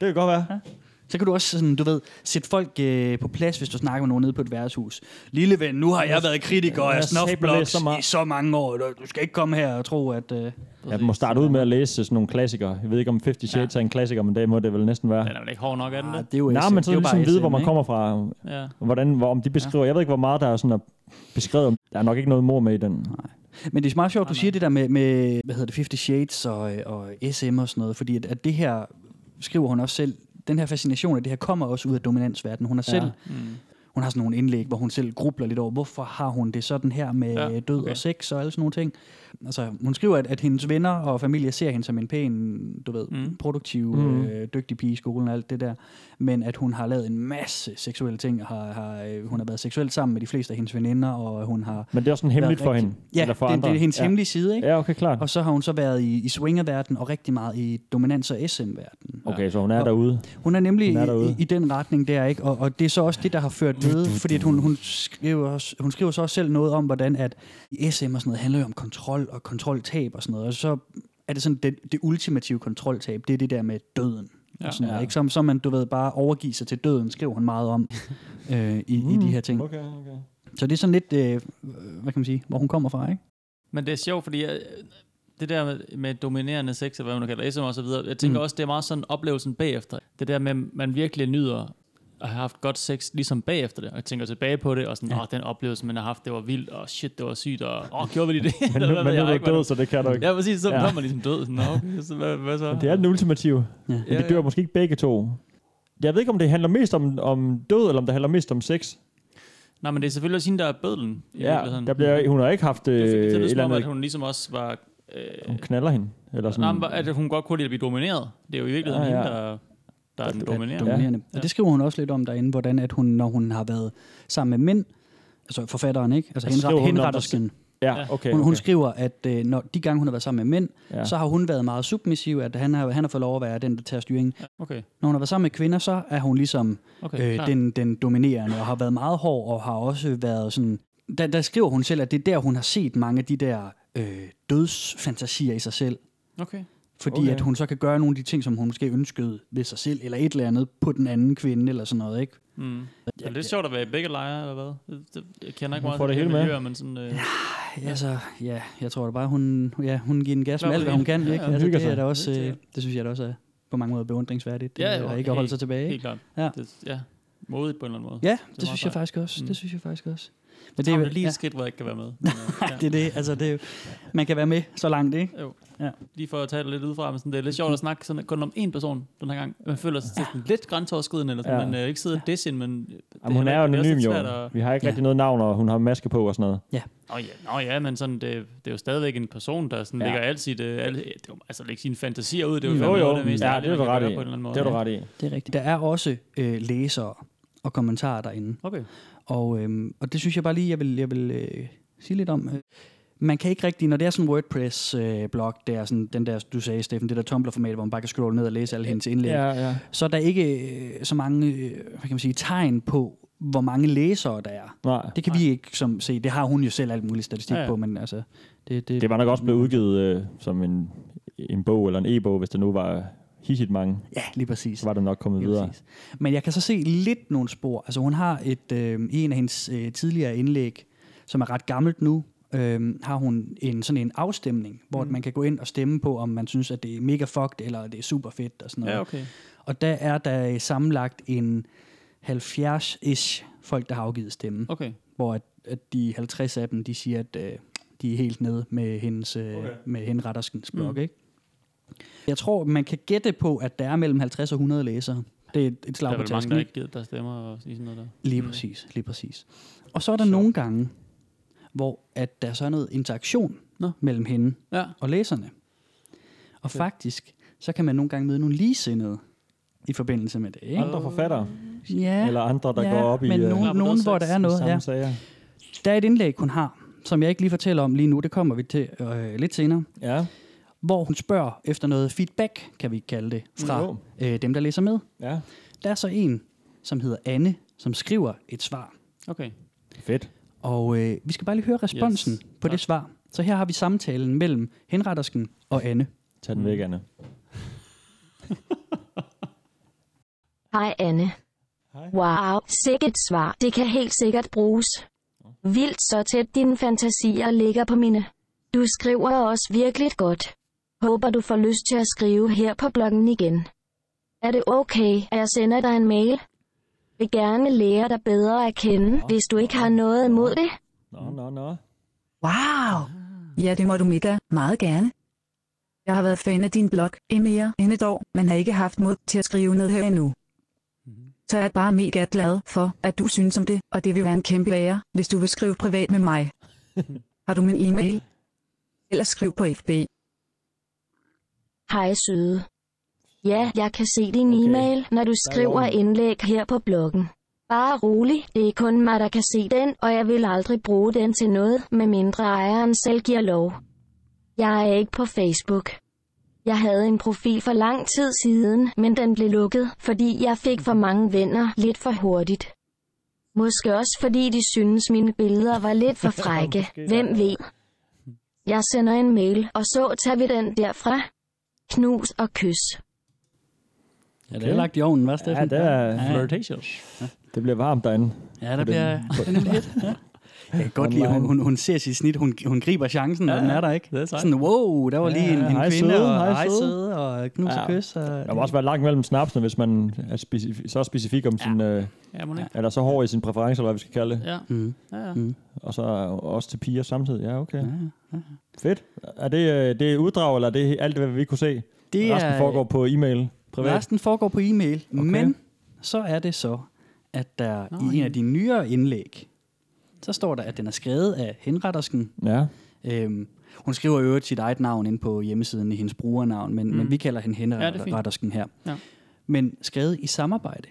S5: Det kan godt være.
S3: Så kan du også sådan, du ved, sætte folk øh, på plads, hvis du snakker med nogen nede på et værtshus. Lille ven, nu har jeg været kritiker
S5: Jeg
S3: af
S5: har sablet
S3: snuffblogs
S5: så meget."
S3: i så mange år. Du du skal ikke komme her og tro, at... Øh,
S5: Jeg må starte ud med at læse sådan nogle klassikere. Jeg ved ikke, om 50 Shades er en klassiker, men det må det vel næsten være.
S4: Den er vel ikke hård nok, er den
S3: ah,
S4: det?
S3: det er jo
S5: Nej,
S3: SM.
S5: men så
S3: det er jo
S5: ligesom
S3: bare
S5: vide,
S3: SM,
S5: hvor man
S3: ikke?
S5: kommer fra.
S4: Ja.
S5: Hvordan, hvor, om de beskriver. Jeg ved ikke, hvor meget der er sådan at beskrevet. om- Der er nok ikke noget mor med i den.
S3: Men det er meget sjovt, du siger det der med, med hvad hedder det, 50 Shades og, og SM og sådan noget, fordi at, at det her, skriver hun også selv, den her fascination af det her kommer også ud af dominansverdenen. Hun har selv,
S4: Mm.
S3: hun har sådan nogle indlæg, hvor hun selv grubler lidt over, hvorfor har hun det sådan her med
S4: Ja,
S3: ja, død
S4: okay.
S3: og sex og alle sådan nogle ting. Altså, hun skriver, at, at hendes venner og familie ser hende som en pæn, du ved,
S4: Mm.
S3: mm. produktiv, mm. Øh, dygtig pige i skolen og alt det der, men at hun har lavet en masse seksuelle ting, og har, har, øh, hun har været seksuelt sammen med de fleste af hendes veninder, og hun har...
S5: Men det er også sådan hemmeligt
S3: været
S5: for
S3: rigtig-
S5: hende.
S3: Ja,
S5: eller for
S3: det,
S5: andre.
S3: det er hendes
S5: ja.
S3: ja. hemmelige side, ikke?
S5: Ja, okay, klart.
S3: Og så har hun så været i, i swingerverdenen og rigtig meget i dominans- og SM-verdenen.
S5: Okay, så hun er derude.
S3: Hun er nemlig
S5: Hun er
S3: i,
S5: derude.
S3: i, i den retning der, ikke? Og, og det er så også det, der har ført ved, fordi at hun, hun, skriver også, hun skriver så også selv noget om, hvordan at i SM og sådan noget handler jo om kontrol og kontroltab og sådan noget, og så er det sådan, det, det ultimative kontroltab, det er det der med døden.
S4: Ja.
S3: Ja, sådan noget, ikke? Som, som man, du ved, bare overgiver sig til døden, skriver hun meget om øh, i, mm, i de her ting.
S5: Okay, okay.
S3: Så det er sådan lidt, øh, hvad kan man sige, hvor hun kommer fra, ikke?
S4: Men det er sjovt, fordi jeg, det der med, med dominerende sex, og hvad man kalder SM og så videre, jeg tænker mm. også, det er meget sådan oplevelsen bagefter. Det der med, man virkelig nyder at have haft godt sex, ligesom bagefter det. Og jeg tænker tilbage på det, og sådan, åh, den oplevelse, man har haft, det var vildt, og shit, det var sygt, og åh, gjorde vi lige det?
S5: Men nu,
S4: Eller hvad
S5: men
S4: ved
S5: nu
S4: jeg,
S5: er
S4: ikke,
S5: du
S4: hvad
S5: død, så det kan du ikke.
S4: Ja, præcis, så
S5: Ja.
S4: ja. man ligesom død. Nå, okay, så hvad, hvad så?
S5: Det er den ultimative.
S3: Ja.
S5: Ja.
S4: Ja,
S5: Men de dør
S4: ja.
S5: måske ikke begge to. Jeg ved ikke, om det handler mest om, om død, eller om det handler mest om sex.
S4: Nej, men det er selvfølgelig også hende, der er bødlen i
S5: Ja,
S4: virkeligheden.
S5: der bliver, hun har ikke haft øh,
S4: det fik det til at
S5: et
S4: lyde som
S5: eller
S4: om,
S5: andet...
S4: at hun ligesom også var... Øh,
S5: Hun knaller hende. Eller sådan.
S4: nej, men at hun godt kunne lide at blive domineret. Det er jo i virkeligheden ja,
S5: Ja, ja.
S4: ja. hende, der, der er den dominerende. Ja.
S3: dominerende. Ja.
S4: Ja.
S3: Og det skriver hun også lidt om derinde, hvordan at hun, når hun har været sammen med mænd, altså forfatteren, ikke? Altså
S5: skriver hun
S3: henret,
S5: om dig
S3: henrettersken.
S5: ja, okay.
S3: Hun, hun
S5: okay.
S3: skriver, at øh, når de gange, hun har været sammen med mænd,
S5: Ja.
S3: ja. så har hun været meget submissiv, at han har, han har fået lov at være den, der tager styringen.
S4: Okay,
S3: Når hun har været sammen med kvinder, så er hun ligesom
S4: okay.
S3: øh,
S4: klar.
S3: den, den dominerende, og har været meget hård, og har også været sådan... Der, der skriver hun selv, at det er der, hun har set mange af de der øh, dødsfantasier i sig selv.
S4: Okay.
S3: Fordi
S5: Okay.
S3: okay. at hun så kan gøre nogle af de ting, som hun måske ønskede ved sig selv, eller et eller andet på den anden kvinde, eller sådan noget, ikke?
S4: Mm. Ja, det er sjovt at være i begge lejre, eller hvad? Det- det- Jeg kender ikke
S5: Hun
S4: meget
S5: får
S4: til
S5: det hele med.
S4: miljøer, men sådan... Øh,
S3: Altså, ja, jeg tror da bare, hun, ja, hun giver en gas
S4: Klar,
S3: med alt,
S4: hun
S3: hvad hun kan.
S4: hygger-
S3: Ikke?
S4: ja, hun
S3: altså,
S5: hygger
S3: det, er
S5: sig.
S3: da også,
S4: Det er
S3: øh, det synes jeg da også er på mange måder beundringsværdigt.
S4: Ja,
S3: Ja,
S4: jo,
S3: jo, ikke at holde sig tilbage.
S4: helt
S3: Ikke?
S4: klart.
S3: Ja.
S4: Det, ja, modigt på en eller anden måde.
S3: Ja,
S4: er
S3: det, det
S4: meget
S3: synes jeg
S4: sejt.
S3: faktisk også.
S4: Mm.
S3: Mm. Det synes jeg faktisk også. Men
S4: Det er
S3: jo-
S4: jo lige et skridt, hvor jeg ikke kan være med. Men, øh,
S3: ja. det er det. Altså, det er jo, man kan være med så langt, ikke?
S4: Jo.
S3: Ja.
S4: Lige for at tage det lidt udefra, men sådan, det er lidt sjovt at snakke sådan, kun om én person den her gang. Man føler sig sådan lidt grænseoverskridende, eller sådan,
S5: Ja.
S4: ja. man øh, ikke sidder og disse hende, men... det
S5: Jamen, hun
S4: heller-
S5: er jo
S4: det også
S5: anonym
S4: lidt
S5: jo.
S4: svært at-
S5: Vi har ikke
S3: Ja.
S5: rigtig noget navn, og hun har maske på og sådan noget.
S3: Ja.
S4: Nå ja, nå ja men sådan, det, det er jo stadigvæk en person, der sådan
S5: Ja.
S4: ja. lægger alt sit, øh, alt, det er jo, altså, lægger sine fantasier ud. Det er jo,
S5: Jo,
S4: fandme
S5: jo.
S4: noget af det mest
S5: Ja, det
S4: ærlige,
S5: er du
S4: man kan
S5: ret
S4: gøre
S5: i.
S4: På en eller anden måde.
S5: Det er du ret i.
S3: Det er rigtigt. Der er også øh, læsere og kommentarer derinde.
S4: Okay.
S3: Og, øhm, og det synes jeg bare lige, jeg vil, jeg vil øh, sige lidt om. Man kan ikke rigtig, når det er sådan en WordPress-blog, det er sådan den der, du sagde, Steffen, det der Tumblr-format, hvor man bare kan scrolle ned og læse alle hendes indlæg,
S5: Ja, ja.
S3: så er der ikke øh, så mange øh, hvad kan man sige, tegn på, hvor mange læsere der er.
S5: Nej.
S3: Det kan vi ikke som, se. Det har hun jo selv alt muligt statistik ja,
S4: Ja,
S3: ja.
S4: ja.
S3: på, men altså... Det, det,
S5: Det var nok også blevet udgivet øh, som en, en bog eller en e-bog, hvis der nu var hissigt mange.
S3: Ja, lige præcis.
S5: Så var det nok kommet
S3: Lige
S5: videre.
S3: præcis. Men jeg kan så se lidt nogle spor. Altså hun har et, øh, i en af hendes øh, tidligere indlæg, som er ret gammelt nu, øh, har hun en sådan en afstemning, hvor mm. man kan gå ind og stemme på, om man synes, at det er mega fucked, eller det er super fedt og sådan noget.
S4: Ja, okay.
S3: Og der er der øh, sammenlagt en 70-ish folk, der har afgivet stemme.
S4: Okay.
S3: Hvor at, at de 50 af dem, de siger, at øh, de er helt nede med hendes, øh, okay. med hende Retterskens blog, mm. ikke? Jeg tror, man kan gætte på, at der er mellem 50 og 100 læsere. Det er et- et
S4: Der
S3: slag
S4: er
S3: på
S4: vel mange,
S3: tasken.
S4: der Mm.
S3: ikke?
S4: ikke gider, der stemmer og sådan noget der.
S3: Lige præcis, lige præcis. Og så er der nogle gange, hvor at der så er noget interaktion
S4: Nå.
S3: mellem hende
S4: Ja.
S3: og læserne. Og faktisk, så kan man nogle gange møde nogle ligesindede i forbindelse med det, ikke?
S5: Andre forfattere,
S3: Ja,
S5: eller andre, der
S3: ja,
S5: går op i
S3: men
S5: øh,
S4: Nå,
S3: nogen,
S4: men
S3: nogen
S4: også
S3: hvor der er noget,
S5: samme
S3: ja.
S5: sager.
S3: Der er et indlæg, hun har, som jeg ikke lige fortæller om lige nu, det kommer vi til øh, lidt senere,
S5: Ja,
S3: hvor hun spørger efter noget feedback, kan vi kalde det, fra
S5: Jo.
S3: øh, dem, der læser med.
S5: ja.
S3: Der er så en, som hedder Anne, som skriver et svar.
S4: Okay.
S5: Fedt.
S3: Og øh, vi skal bare lige høre responsen yes.
S4: Yes.
S3: på det
S4: Tak.
S3: svar. Så her har vi samtalen mellem henrettersken og Anne.
S5: Tag den væk,
S4: Mm.
S5: Anne.
S2: Hej Anne. Wow, sikkert svar. Det kan helt sikkert bruges. Vildt så tæt dine fantasier ligger på mine. Du skriver også virkelig godt. Håber du får lyst til at skrive her på bloggen igen. Er det okay, at jeg sender dig en mail? Vil gerne lære dig bedre at kende, hvis du ikke har noget imod det.
S5: Nå,
S3: Mm.
S5: nå, nå.
S6: Wow! Ja, det må du mega meget gerne. Jeg har været fan af din blog i mere end et år, men har ikke haft mod til at skrive ned her endnu. Så jeg er bare mega glad for, at du synes om det, og det vil være en kæmpe ære, hvis du vil skrive privat med mig. Har du min e-mail? Eller skriv på FB.
S2: Hej søde. Ja, jeg kan se din okay. e-mail, når du skriver
S5: orden.
S2: indlæg her på bloggen. Bare rolig, det er kun mig, der kan se den, og jeg vil aldrig bruge den til noget, medmindre ejeren selv giver lov. Jeg er ikke på Facebook. Jeg havde en profil for lang tid siden, men den blev lukket, fordi jeg fik for mange venner lidt for hurtigt. Måske også fordi de synes mine billeder var lidt for frække. Hvem ved? Jeg sender en mail, og så tager vi den derfra. Knus og kys.
S3: Ja, det er lagt i ovnen, hva' Steffen?
S5: Ja, det, er,
S4: Flirtation.
S5: det bliver varmt derinde.
S3: ja, der bliver den er lidt. Ja. Jeg kan godt lide,
S5: Online.
S3: hun, hun, hun ser sit snit, hun, hun griber chancen, ja, og den er der ikke.
S4: det er sejt.
S3: Sådan, wow, der var lige en, en
S5: hej
S3: kvinde,
S5: søde,
S3: og
S5: hej
S3: hej
S5: søde.
S3: søde, og knus og
S5: Ja.
S3: kys. Og,
S5: Der må også være langt mellem snapsene, hvis man er specif- så specifik om sin... Øh,
S4: Ja, må den ikke?
S5: eller så hård i sin præference, eller hvad vi skal kalde det.
S4: Ja.
S3: Mm.
S4: Ja, ja.
S5: Og så også til piger samtidig. Ja, okay. Ja, ja. Fedt. Er det, øh, det er uddrag, eller er det alt, hvad vi kunne se?
S3: Det
S5: Resten
S3: er-
S5: foregår på e-mail privat.
S3: Resten foregår på e-mail, okay. men så er det så, at der Nå, i en af de nyere indlæg, så står der, at den er skrevet af henrettersken.
S5: Ja.
S3: Øhm, hun skriver jo øvrigt sit eget navn ind på hjemmesiden i hendes brugernavn, men, mm. men vi kalder hende
S4: Ja, det er fint.
S3: henrettersken her.
S4: Ja.
S3: Men skrevet i samarbejde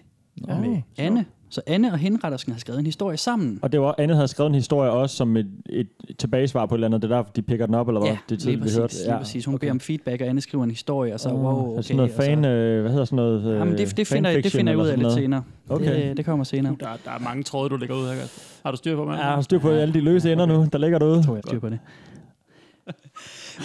S3: ja. med Anne. Så Anne og henrettersken har skrevet en historie sammen.
S5: Og det var, Anne havde skrevet en historie også som et, et tilbagesvar på et eller andet. Det er derfor, de pikker den op, eller hvad?
S3: Ja,
S5: det er
S3: lige
S5: tidligt,
S3: præcis,
S5: vi hørte.
S3: lige præcis. Hun okay. beder om feedback, og Anne skriver en historie, og så,
S5: Åh,
S3: wow, okay.
S5: er sådan noget
S3: og så-
S5: fan, øh, hvad hedder sådan noget? Øh,
S3: Jamen, det, det, finder, jeg- det
S5: fanfiction
S3: finder jeg ud
S5: eller
S3: af
S5: sådan
S3: lidt
S5: noget?
S3: senere.
S5: Okay.
S3: Det, det kommer senere.
S4: Uh, Der, der er mange tråde, du lægger ud her, Kasper. Har du styr på mig?
S5: Ja, har styr på alle de løse ender nu, der ligger derude.
S3: tror jeg, styr på det.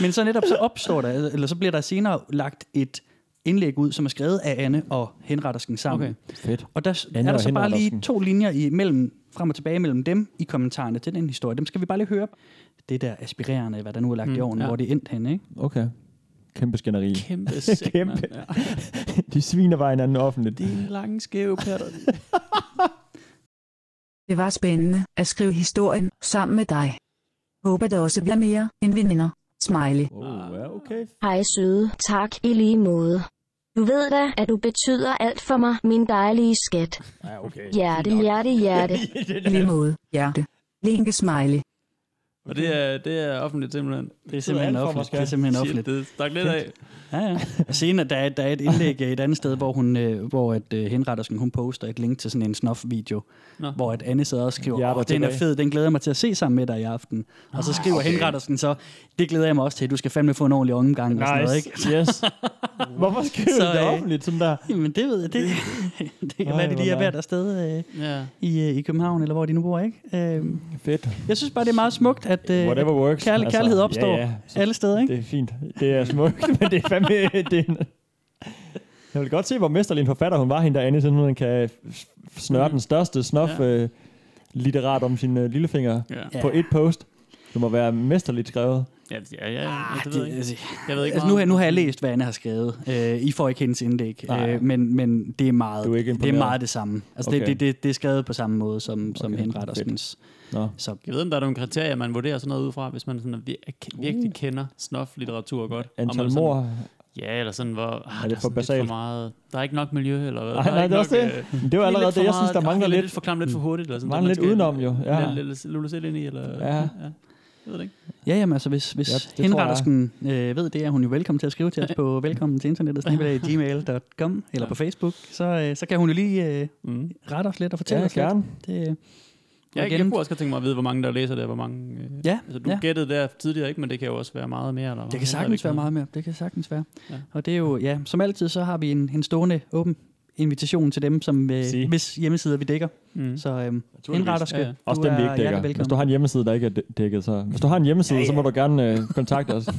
S3: Men så netop så opstår der, eller så bliver der senere lagt et indlæg ud, som er skrevet af Anne og henrettersken sammen. Okay.
S5: Fedt.
S3: Og der s-
S5: Anne
S3: er der
S5: og
S3: så bare lige
S5: henrettersken.
S3: to linjer i mellem, frem og tilbage mellem dem i kommentarerne til den historie. Dem skal vi bare lige høre. Det der aspirerende, hvad der nu er lagt mm, i ovnen, ja.
S4: ja.
S3: hvor det er endt henne, ikke?
S5: Okay. Kæmpe skænderi.
S4: Kæmpe sæk,
S5: Kæmpe.
S4: mand. Ja.
S5: De sviner bare hinanden offentligt.
S4: Din lange skæve patter.
S6: Det var spændende at skrive historien sammen med dig. Håber det også bliver mere end veninder. Smiley.
S5: Oh, ja, okay.
S2: Hej søde, tak i lige måde. Du ved da, at du betyder alt for mig, min dejlige skat.
S5: Ja, okay.
S2: Hjerte, hjerte, hjerte.
S6: I lige måde. Hjerte. Linke Smiley.
S4: Og det er, det er offentligt simpelthen.
S3: Det er simpelthen
S5: alt for mig,
S3: offentligt.
S5: skal
S3: Det er
S5: jeg.
S3: simpelthen
S4: Shit,
S3: offentligt.
S4: det stak lidt af.
S3: Ja, ja. Og senere, der er, der er et indlæg øh, et andet sted, hvor, hun, øh, hvor at, øh, henrettersken, hun poster et link til sådan en snof-video,
S4: Nå.
S3: hvor at Anne sidder og skriver,
S5: Hjerter
S3: Åh, den er
S5: tilbage."
S3: fed, den glæder jeg mig til at se sammen med dig i aften. Og så skriver okay. henrettersken så, det glæder jeg mig også til, du skal fandme få en ordentlig omgang nice. og sådan noget, ikke?
S5: Nice. yes. Hvorfor skriver
S3: Så,
S5: du det
S3: øh,
S5: offentligt sådan der?
S3: Jamen det ved jeg, det, det kan være,
S5: hvor
S3: det lige er
S5: nice.
S3: hvert afsted øh,
S4: Ja.
S3: i, øh, i København, eller hvor de nu bor, ikke? Øh,
S5: Fedt.
S3: jeg synes bare, det er meget smukt, at øh,
S5: Whatever works.
S3: kærl-
S5: Altså,
S3: kærlighed
S5: ja,
S3: opstår
S5: ja. Så-
S3: alle steder, ikke?
S5: Det er fint. Det er smukt, men det er fandme... Det er en... Jeg vil godt se, hvor mesterlig en forfatter hun var hende derinde, så hun kan f- snøre den største snof
S4: Mm. Ja.
S5: ja. øh, litterat om sin øh, lillefinger
S4: Ja.
S5: ja. på et post. Det må være mesterligt skrevet.
S4: Ja, ja, ja, ja
S3: Ah,
S4: det ved jeg ikke.
S3: altså,
S4: Jeg ved ikke
S3: altså, nu, har,
S4: meget.
S3: nu har jeg læst, hvad Anna har skrevet. Øh, I får ikke hendes indlæg,
S5: Nej.
S3: øh, men, men det, er meget,
S5: Du er ikke
S3: det er
S5: imponeret?
S3: meget det samme. Altså, okay.
S5: Okay.
S3: det, det, det, det er skrevet på samme måde som, som
S5: Okay,
S3: henretterskens.
S5: Nå.
S3: Så
S4: Jeg ved, om der er nogle kriterier, man vurderer sådan noget ud fra, hvis man sådan er vir- virkelig kender snof-litteratur godt. Om man
S5: Antal
S4: sådan-
S5: mor.
S4: Ja, eller sådan, hvor ah,
S5: Er det
S4: der er
S5: for
S4: sådan lidt
S5: basalt?
S4: for meget. Der er ikke nok miljø, eller hvad?
S5: Nej,
S4: Der
S5: nej,
S4: ikke
S5: det er også
S4: nok,
S5: det.
S4: øh,
S5: Det var
S4: lige
S5: allerede
S4: lidt for
S5: det, jeg synes, der
S4: meget-
S5: mangler
S4: ah,
S5: lidt.
S4: lidt forklamme lidt for hurtigt. Eller sådan,
S5: mangler lidt udenom jo, ja.
S4: Lille selv ind i, eller...
S5: Ja.
S4: Jeg ved det ikke.
S3: Ja, jamen altså, hvis, hvis
S5: Ja,
S3: yep,
S5: det tror jeg.
S3: henrettersken øh, ved det, er hun jo velkommen til at skrive til os på velkommen til internettet, snabel-a gmail.com eller på Facebook. Så, øh, så kan hun jo lige øh,
S4: Mm.
S3: rette os lidt og fortælle
S5: Ja,
S3: os lidt.
S5: gerne.
S3: Det, øh,
S4: Jeg,
S3: igen.
S4: jeg kunne også godt tænke mig at vide, hvor mange der læser det, og hvor mange... Øh,
S3: Ja,
S4: altså, du
S3: ja.
S4: gættede der tidligere, ikke? Men det kan jo også være meget mere, eller... hvor
S3: det
S4: meget er
S3: kan sagtens
S4: ikke?
S3: være meget mere. Det kan sagtens være. Ja.
S4: Ja.
S3: Og det er jo, ja, som altid, så har vi en, en stående åben invitation til dem, som, øh,
S5: Sige.
S3: hvis hjemmesider vi dækker.
S4: Mm.
S3: Så øh,
S4: Naturligvis.
S3: henretterske,
S4: Ja, ja.
S5: Også dem, vi ikke dækker. Hvis du har en hjemmeside, der ikke er dæ- dækket, så... Hvis du har en hjemmeside, ja, ja. så må du gerne øh, kontakte os.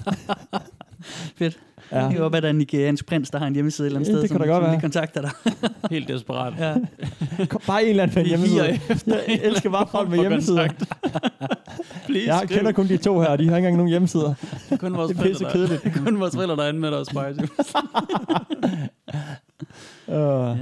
S3: Fedt.
S5: Ja.
S3: Jeg håber, at der er en nigeriansk prins, der har en hjemmeside et eller andet
S5: Ja,
S3: sted,
S5: det kan
S3: som,
S5: da godt
S3: som lige
S5: være.
S3: kontakter dig.
S4: Helt desperat.
S3: Ja.
S5: Kom, bare en eller anden med en
S3: Vi
S5: hjemmeside.
S3: higer
S5: Jeg elsker bare folk med
S4: For
S5: hjemmesider.
S4: kontakt. Please,
S5: Jeg
S4: skriv.
S5: kender kun de to her, og de har ikke engang nogen hjemmesider.
S4: Det er kun vores
S5: Det er pisse
S4: forældre, der- det er kun vores forældre, der anmelder os bare.
S5: Uh, ja.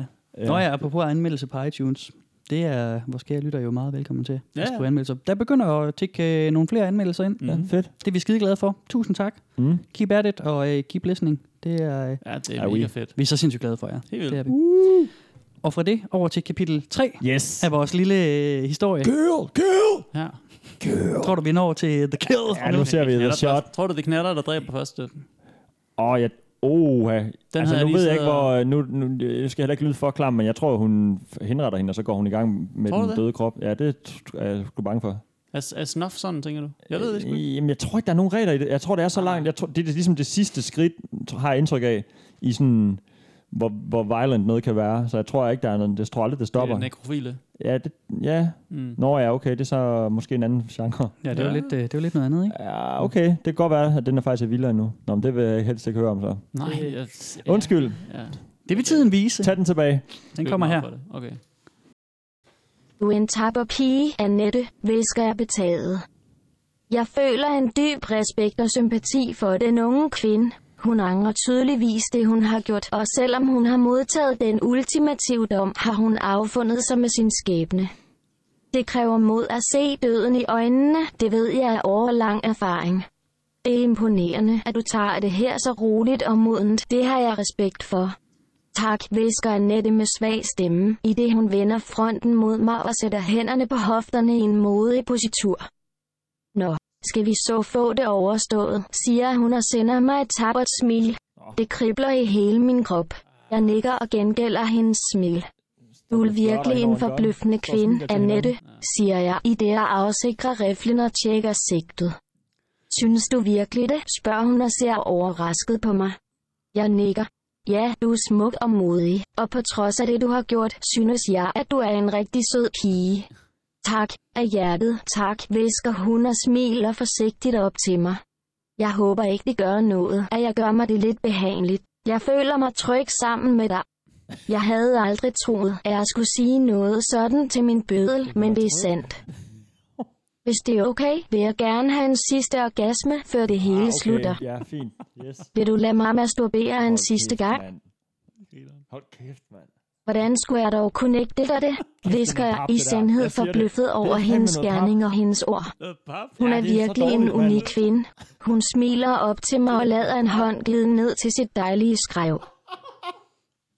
S3: Nå ja, apropos anmeldelse på iTunes. Det er vores kære lytter jo meget velkommen til.
S4: Ja,
S3: Ja.
S4: ja.
S3: At anmeldelser. Der begynder at tikke øh, nogle flere anmeldelser ind.
S5: Ja, fedt.
S3: Det er vi skide glade for. Tusind tak.
S5: Mm.
S3: Keep at it og øh, keep listening. Det er, øh,
S4: Ja, det er
S5: Ej,
S4: mega
S5: oui.
S4: fedt.
S3: vi er så sindssygt glade for jer.
S4: Helt vildt.
S3: Det er vi. Og fra det over til kapitel 3
S5: Yes.
S3: af vores lille øh, historie.
S5: Girl, girl!
S4: Ja.
S3: Tror du, vi når til The Kill?
S5: Ja, nu ser vi The
S4: Knaller
S5: Shot.
S4: først. Tror du, det knatter, der dræber først?
S5: Åh, oh, jeg... Oha. altså,
S4: havde jeg
S5: nu
S4: lige
S5: ved jeg
S4: siddet
S5: ikke, hvor... Nu, nu jeg skal heller ikke lyde for klam, men jeg tror, hun henretter hende, og så går hun i gang med
S4: Tror du
S5: den
S4: det?
S5: døde krop. Ja, det t- er jeg sgu bange for.
S4: Er, er snuff sådan, tænker du? Jeg ved det sgu ikke.
S5: Øh, Jamen, jeg tror ikke, der er nogen regler i det. Jeg tror, det er så langt. Jeg tror, det er ligesom det sidste skridt, t- har jeg indtryk af, i sådan, hvor, hvor violent noget kan være. Så jeg tror ikke, der er noget. Jeg tror aldrig, det
S4: Det
S5: stopper.
S4: er nekrofile.
S5: ja, det, ja.
S4: Mm.
S5: Nå ja, okay, det er så måske en anden genre.
S3: Ja, det er jo
S4: Ja.
S3: lidt, øh, det er jo lidt noget andet, ikke?
S4: Mm.
S5: Ja, okay, det kan godt være, at den er faktisk er vildere endnu. Nå, men det vil jeg helst ikke høre om så.
S4: Nej, jeg,
S5: Øh, Undskyld,
S4: Ja, ja.
S3: Det vil tiden vise.
S5: tag den tilbage.
S3: Den kommer her.
S4: Okay.
S2: Du er en tapper pige, Annette, hvilsker jeg betaget. Jeg føler en dyb respekt og sympati for den unge kvinde. Hun angrer tydeligvis det, hun har gjort, og selvom hun har modtaget den ultimative dom, har hun affundet sig med sin skæbne. Det kræver mod at se døden i øjnene, det ved jeg af årlang erfaring. Det er imponerende, at du tager det her så roligt og modent, det har jeg respekt for. Tak, visker Annette med svag stemme, i det hun vender fronten mod mig og sætter hænderne på hofterne i en modig positur. Nå, skal vi så få det overstået, siger hun og sender mig et tabert smil. Det kribler i hele min krop. Jeg nikker og gengælder hendes smil. Du er virkelig en forbløffende kvinde, Annette, siger jeg, i det jeg afsikrer riflen og tjekker sigtet. Synes du virkelig det, spørger hun og ser overrasket på mig. Jeg nikker. Ja, du er smuk og modig, og på trods af det, du har gjort, synes jeg, at du er en rigtig sød pige. Tak, af hjertet, tak, visker hun og smiler forsigtigt op til mig. Jeg håber ikke, det gør noget, at jeg gør mig det lidt behageligt. Jeg føler mig tryg sammen med dig. Jeg havde aldrig troet, at jeg skulle sige noget sådan til min bødel, men det er sandt. Hvis det er okay, vil jeg gerne have en sidste orgasme, før det hele
S5: Ah,
S2: okay. slutter.
S5: Ja, fint. Yes.
S2: Vil du lade mig masturbere en
S5: Hold
S2: sidste
S5: kæft,
S2: gang?
S5: mand. Hold kæft, mand.
S2: Hvordan skulle jeg dog kunne nægte dig det? Visker jeg i sandhed forbløffet over hendes gerning og hendes ord.
S4: Pap.
S2: Hun
S5: Ja,
S2: er
S5: det er så
S2: virkelig en
S5: dårligt, mand.
S2: unik kvinde. Hun smiler op til mig og lader en hånd glide ned til sit dejlige skrev.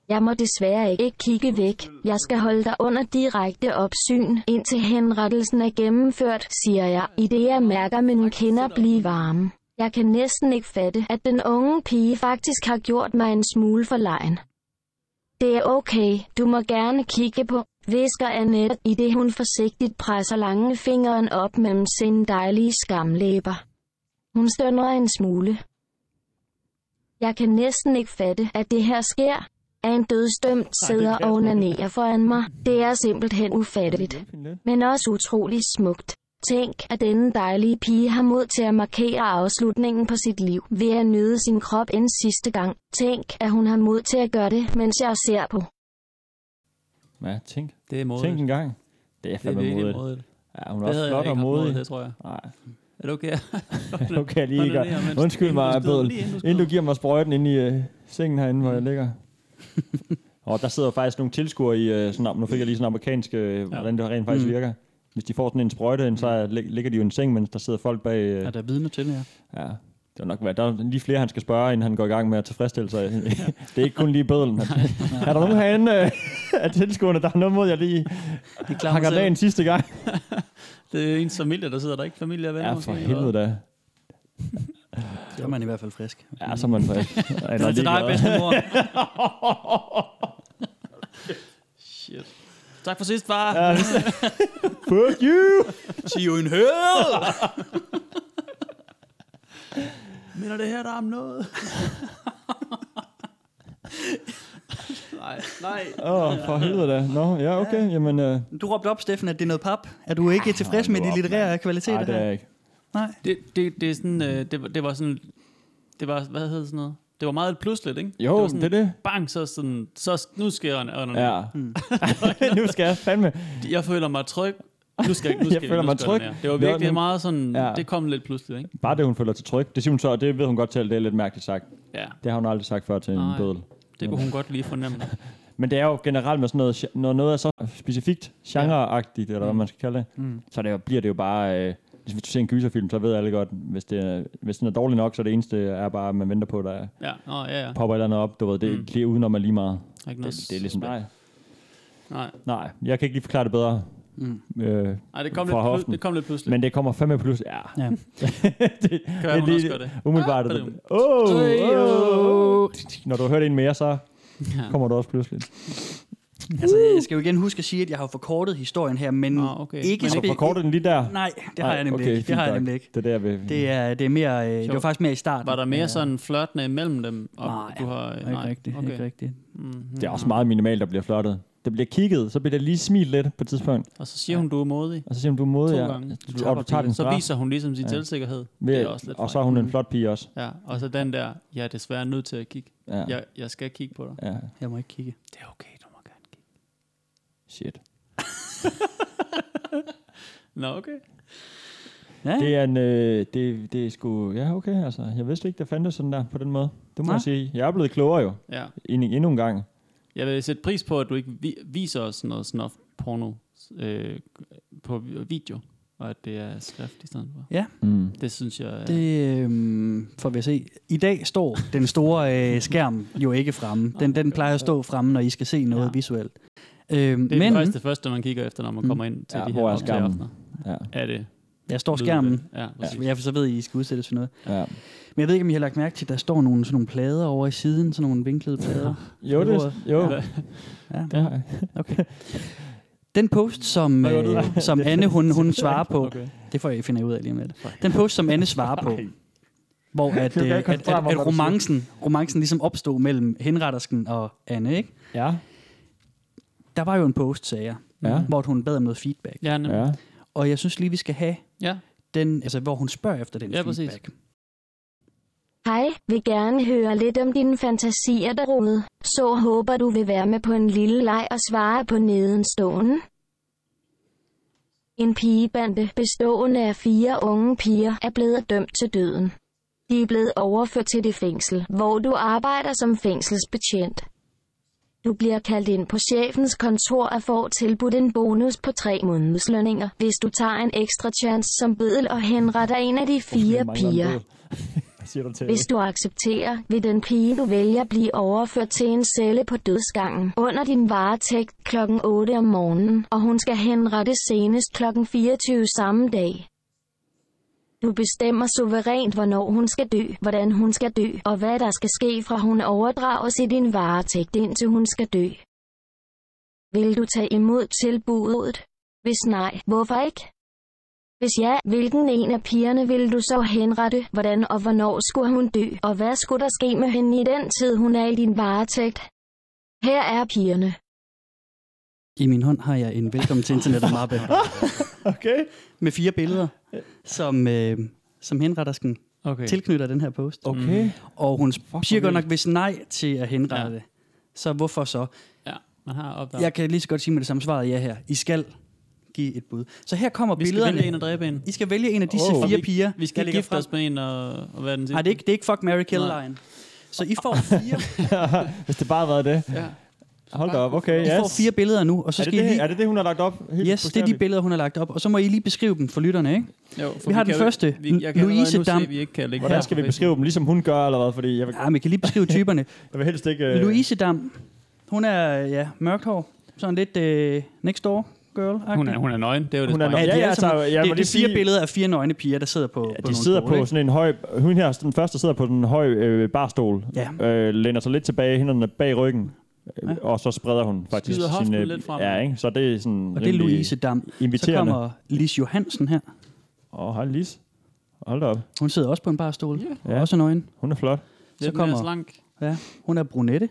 S2: Jeg må desværre ikke kigge væk. Jeg skal holde dig under direkte opsyn, indtil henrettelsen er gennemført, siger jeg, i det jeg mærker mine kinder blive varme. Jeg kan næsten ikke fatte, at den unge pige faktisk har gjort mig en smule for lejen. Det er okay, du må gerne kigge på, visker Annette, i det hun forsigtigt presser lange fingeren op mellem sine dejlige skamlæber. Hun stønner en smule. Jeg kan næsten ikke fatte, at det her sker, at en dødsdømt sidder og onanerer foran mig. Det er simpelthen ufatteligt, men også utrolig smukt. Tænk, at denne dejlige pige har mod til at markere afslutningen på sit liv ved at nyde sin krop en sidste gang. Tænk, at hun har mod til at gøre det, mens jeg ser på.
S5: Ja, tænk.
S4: Det er modigt.
S5: Tænk en gang. Det er
S4: Det er
S5: fandme
S4: virkelig
S5: modigt.
S4: modigt.
S5: Ja, hun er
S4: Det
S5: også
S4: havde
S5: flot
S4: jeg
S5: og
S4: ikke modet,
S5: modig.
S4: det tror jeg.
S5: Nej,
S4: Er det okay?
S5: det kan jeg lige
S4: Hold
S5: ikke.
S4: det der, mens-
S5: Undskyld
S4: inden du
S5: mig,
S4: skyder,
S5: Bødel.
S4: lige
S5: Inden du
S4: skyder.
S5: giver mig sprøjten inde i øh, sengen herinde, hvor jeg ligger. Og der sidder faktisk nogle tilskuere i, øh, sådan, nu fik jeg lige sådan amerikansk, øh, hvordan det rent
S4: Mm.
S5: faktisk virker. Hvis de får sådan en sprøjte, ind, så lig- ligger de jo i en seng, mens der sidder folk bag... Øh,
S3: Er der vidner til det her?
S5: ja, det er nok, hvad- der er lige flere, han skal spørge, inden han går i gang med at tilfredsstille sig. det er ikke kun lige bødlen. Men. er der nogen herinde øh, af tilskuerne, der har noget mod, jeg lige
S4: De klarer mig
S5: hakker
S4: selv.
S5: dagen sidste gang?
S4: Det er ens familie, der sidder der, ikke familie og venner.
S5: Ja,
S4: måske,
S5: for
S4: eller
S5: helvede
S4: hvad?
S5: da.
S3: Så er man i hvert fald frisk.
S5: Ja, så er man frisk. Ja,
S4: Det er til dig, bedstemor. Shit. Tak for sidst, far. Ja.
S5: Fuck you!
S3: Sig jo en høl!
S4: Minder det her der om noget? nej, nej.
S5: Åh, oh, for helvede da. Nå, ja, okay. Jamen, øh,
S3: Du råbte op, Steffen, at det er noget pap. Er du ikke tilfreds med
S5: nu
S3: de
S5: op,
S3: litterære kvaliteter
S5: nej, det er
S3: her?
S5: jeg ikke.
S3: Nej.
S4: Det, det, det, er sådan, øh, det, var- det var sådan, det var, hvad hedder sådan noget? Det var meget pludseligt, ikke?
S5: Jo,
S4: det, var
S5: det er det.
S4: Bang, så sådan, så nu sker jeg og,
S5: Ja. nu skal jeg fandme...
S4: Jeg føler mig tryg. Nu skal, nu skal
S5: Jeg føler
S4: nu
S5: mig
S4: skal
S5: tryg.
S4: den her. Det var
S5: Nå,
S4: virkelig
S5: nu-
S4: meget sådan,
S5: Ja.
S4: ja. det kom lidt pludseligt, ikke?
S5: Bare det, hun føler til tryk. Det siger hun så, og det ved hun godt selv, det er lidt mærkeligt sagt.
S4: Ja,
S5: Det har hun aldrig sagt før til en
S4: Nej.
S5: bødel.
S4: det kunne hun godt lige fornemme.
S5: Men det er jo generelt med sådan noget, når noget er så specifikt genreagtigt, eller hvad man skal kalde det, mm. så det, jo- bliver det jo bare... Øh, ligesom hvis du ser en gyserfilm, så ved alle godt, hvis, det er, hvis den er dårlig nok, så er det eneste er bare, at man venter på, der
S4: Ja, Nå, ja, ja.
S5: popper et eller andet op. Du ved, det mm. lige udenom er lige meget.
S4: Ikke
S5: Det, det er ligesom... Nej,
S4: Nej,
S5: nej, jeg kan ikke lige forklare det bedre. Mm. Øh,
S4: Ej, det, kom
S5: Fra
S4: lidt, plu-
S5: hoften.
S4: det kom lidt pludseligt.
S5: Men det kommer fandme plus. Ja.
S3: Ja.
S5: det,
S4: Kan hun
S5: det,
S4: også gøre det?
S5: Umiddelbart.
S4: Ah,
S5: Ah,
S4: badum.
S5: oh,
S4: Øj,
S5: oh. Når du har hørt en mere, så kommer du også pludselig.
S3: Altså, jeg skal jo igen huske at sige, at jeg har jo forkortet historien her, men
S4: Nå, okay.
S3: ikke
S4: Men
S5: Har du
S3: spe-
S5: forkortet den lige der?
S3: Nej, det har
S5: Nej,
S3: jeg nemlig
S5: okay,
S3: ikke. Det
S5: fint
S3: har jeg
S5: nok.
S3: nemlig ikke.
S5: Det er der, vi... Det
S3: Det er, det er mere, øh, det var
S4: Sjovt.
S3: faktisk mere i starten.
S4: Var der mere
S3: Ja.
S4: sådan flørtende imellem dem? Og
S3: Nej,
S4: du har,
S3: Ikke rigtigt,
S4: okay.
S3: ikke rigtigt.
S4: Mm-hmm.
S5: det er også meget minimalt, der bliver flottet. Der bliver kigget, så bliver der lige smilt lidt på et tidspunkt.
S4: Og så siger hun, du er modig.
S5: Og så siger hun, du er modig,
S4: To
S5: ja.
S4: gange.
S5: Du, og du tager den
S4: Så
S5: fra.
S4: viser hun ligesom sin ja. selvsikkerhed.
S5: Ved-
S4: Det er også lidt
S5: og så er hun en flot pige også.
S4: frækt. Ja, og så den der, jeg er desværre nødt til at kigge.
S5: Ja.
S4: Jeg, jeg skal kigge på dig.
S5: ja.
S3: Jeg må ikke kigge.
S4: Det er okay, du må gerne kigge.
S5: Shit.
S4: Nå, okay.
S3: Ja,
S5: Det er en... Øh, det, det er sgu... Ja, okay, altså. Jeg vidste ikke, der fandtes sådan der på den måde. Det må
S3: Nej.
S5: jeg sige. Jeg er blevet klogere jo.
S4: Ja.
S5: End, endnu en gang.
S4: Jeg vil sætte pris på, at du ikke vi- viser os noget snuff porno øh, på vi- video, og at det er skrift i stedet for.
S5: Mm.
S4: Det synes jeg... Det...
S3: det øh, får vi at se. I dag står den store øh, skærm jo ikke fremme. Den, den plejer at stå fremme, når I skal se noget
S4: Ja.
S3: ja. visuelt. Øh,
S4: Det er men,
S3: men
S4: det første, første, man kigger efter, når man kommer ind til
S5: Ja,
S4: de her
S5: hvor er
S4: optagelser.
S5: skærmen? Ja.
S4: Er det
S3: jeg står skærmen.
S4: Ja, præcis.
S3: Ja. Så ved I, I skal udsættes for noget.
S5: ja.
S3: Men jeg ved ikke, om I har lagt mærke til, at der står nogle, sådan nogle plader over i siden, sådan nogle vinklede plader.
S5: Jo, det,
S3: Ordet.
S5: jo.
S4: Ja.
S3: Ja.
S5: Det har jeg.
S3: Okay. Den post, som,
S5: Hvad var det,
S3: øh,
S5: der?
S3: som Anne hun, hun svarer på,
S4: Okay.
S3: det får jeg finde ud af lige med det. Den post, som Anne svarer på, hvor at,
S5: kan
S3: øh,
S5: ikke
S3: at, at,
S5: koncentrere mig om,
S3: at
S5: hvad du siger.
S3: romancen, romancen ligesom opstod mellem henrettersken og Anne, ikke?
S5: Ja.
S3: Der var jo en post, sagde jeg,
S5: Ja.
S3: hvor hun bad om noget feedback.
S4: Ja, nemlig.
S5: ja.
S3: Og jeg synes lige, vi skal have
S4: Ja.
S3: den, altså hvor hun spørger efter den
S4: Ja, præcis.
S3: feedback.
S2: Hej, vil gerne høre lidt om dine fantasier derude. Så håber du vil være med på en lille leg og svare på nedenstående. En pigebande bestående af fire unge piger er blevet dømt til døden. De er blevet overført til det fængsel, hvor du arbejder som fængselsbetjent. Du bliver kaldt ind på chefens kontor og får tilbudt en bonus på tre månedslønninger, hvis du tager en ekstra chance som bødel og henretter en af de fire piger.
S5: Hvad siger du til?
S2: Hvis du accepterer, vil den pige du vælger blive overført til en celle på dødsgangen under din varetægt kl. 8 om morgenen, og hun skal henrettes senest kl. 24 samme dag. Du bestemmer suverænt, hvornår hun skal dø, hvordan hun skal dø, og hvad der skal ske fra hun overdrages i din varetægt indtil hun skal dø. Vil du tage imod tilbuddet? Hvis nej, hvorfor ikke? Hvis ja, hvilken en af pigerne vil du så henrette? Hvordan og hvornår skulle hun dø? Og hvad skulle der ske med hende i den tid, hun er i din varetægt? Her er pigerne.
S3: I min hånd har jeg en velkommen til internettet mappe
S5: Okay.
S3: med fire billeder, som, øh, som henrettersken
S4: Okay.
S3: tilknytter den her post.
S5: Okay. Mm.
S3: Og hun siger godt
S5: vildt.
S3: nok, hvis nej til at henrette ja.
S4: Ja.
S3: det, så hvorfor så?
S4: Ja, man har opdaget.
S3: Jeg kan lige så godt sige med det samme svaret ja her. I skal give et bud. Så her kommer
S4: vi skal
S3: billederne.
S4: vælge en og dræbe en.
S3: I skal vælge en af disse
S5: Åh.
S3: oh.
S4: Og
S3: fire
S4: vi-
S3: piger.
S4: Vi
S3: jeg
S4: skal
S3: lægger
S4: gifte
S3: frem.
S4: os med en og, og hvad er den sidste?
S3: Nej, det er ikke, det er ikke fuck, Mary kill
S4: Nej.
S3: line. Så I får fire,
S5: Hvis det bare har været det.
S4: Ja.
S5: Hold da op, okay.
S3: I
S5: Yes.
S3: får fire billeder nu, og så
S5: er, det
S3: skal I
S5: det,
S3: lige...
S5: er det det, hun har lagt op?
S3: Yes,
S5: Helt
S3: det er de
S5: bogstaveligt?
S3: billeder, hun har lagt op. Og så må I lige beskrive dem for lytterne, ikke?
S4: Jo, for
S3: Vi har den
S4: kan jo-
S3: første.
S4: Vi, jeg kan
S3: Louise
S4: Louise nu
S3: Dam.
S4: Se, vi ikke kan lægge
S5: Hvordan
S4: her
S5: skal
S4: på
S5: vi beskrive dem? Ligesom hun gør, eller hvad? Fordi jeg vil,
S3: Ja, man kan lige beskrive typerne.
S5: jeg vil helst ikke...
S3: Øh. Louise Dam, hun er ja, mørkt hår. Sådan lidt øh, next door girl
S4: Facebook. Hun er, hun er nøgen, det er jo det.
S5: Hun er
S4: smarte.
S5: nøgen. Ja,
S3: de
S5: ja,
S3: alle sammen-
S5: altså, jeg må
S3: det,
S5: lige
S3: det er fire
S5: sige-
S3: billeder af fire nøgne piger, der sidder på,
S5: Ja,
S3: på
S5: de
S3: nogle
S5: sidder
S3: stole,
S5: på
S3: ikke?
S5: sådan en høj... Hun her, den første sidder på sådan en høj øh, barstol.
S3: Ja.
S5: Øh, læner sig lidt tilbage, hænderne bag ryggen. Øh,
S3: Ja.
S5: Og så spreder hun faktisk
S4: Skyder hoften
S5: øh,
S4: lidt frem.
S5: Ja, ikke? Så det er sådan
S3: Og det er Louise Dam. Så
S5: inviterende.
S3: kommer Lis Johansen her.
S5: Åh, oh, hold Lis. Hold da op.
S3: Hun sidder også på en barstol.
S5: Ja.
S3: Yeah. Også nøgen.
S5: Hun er flot.
S4: Lidt
S3: Så
S4: mere
S3: kommer,
S4: slank.
S3: ja, hun er brunette.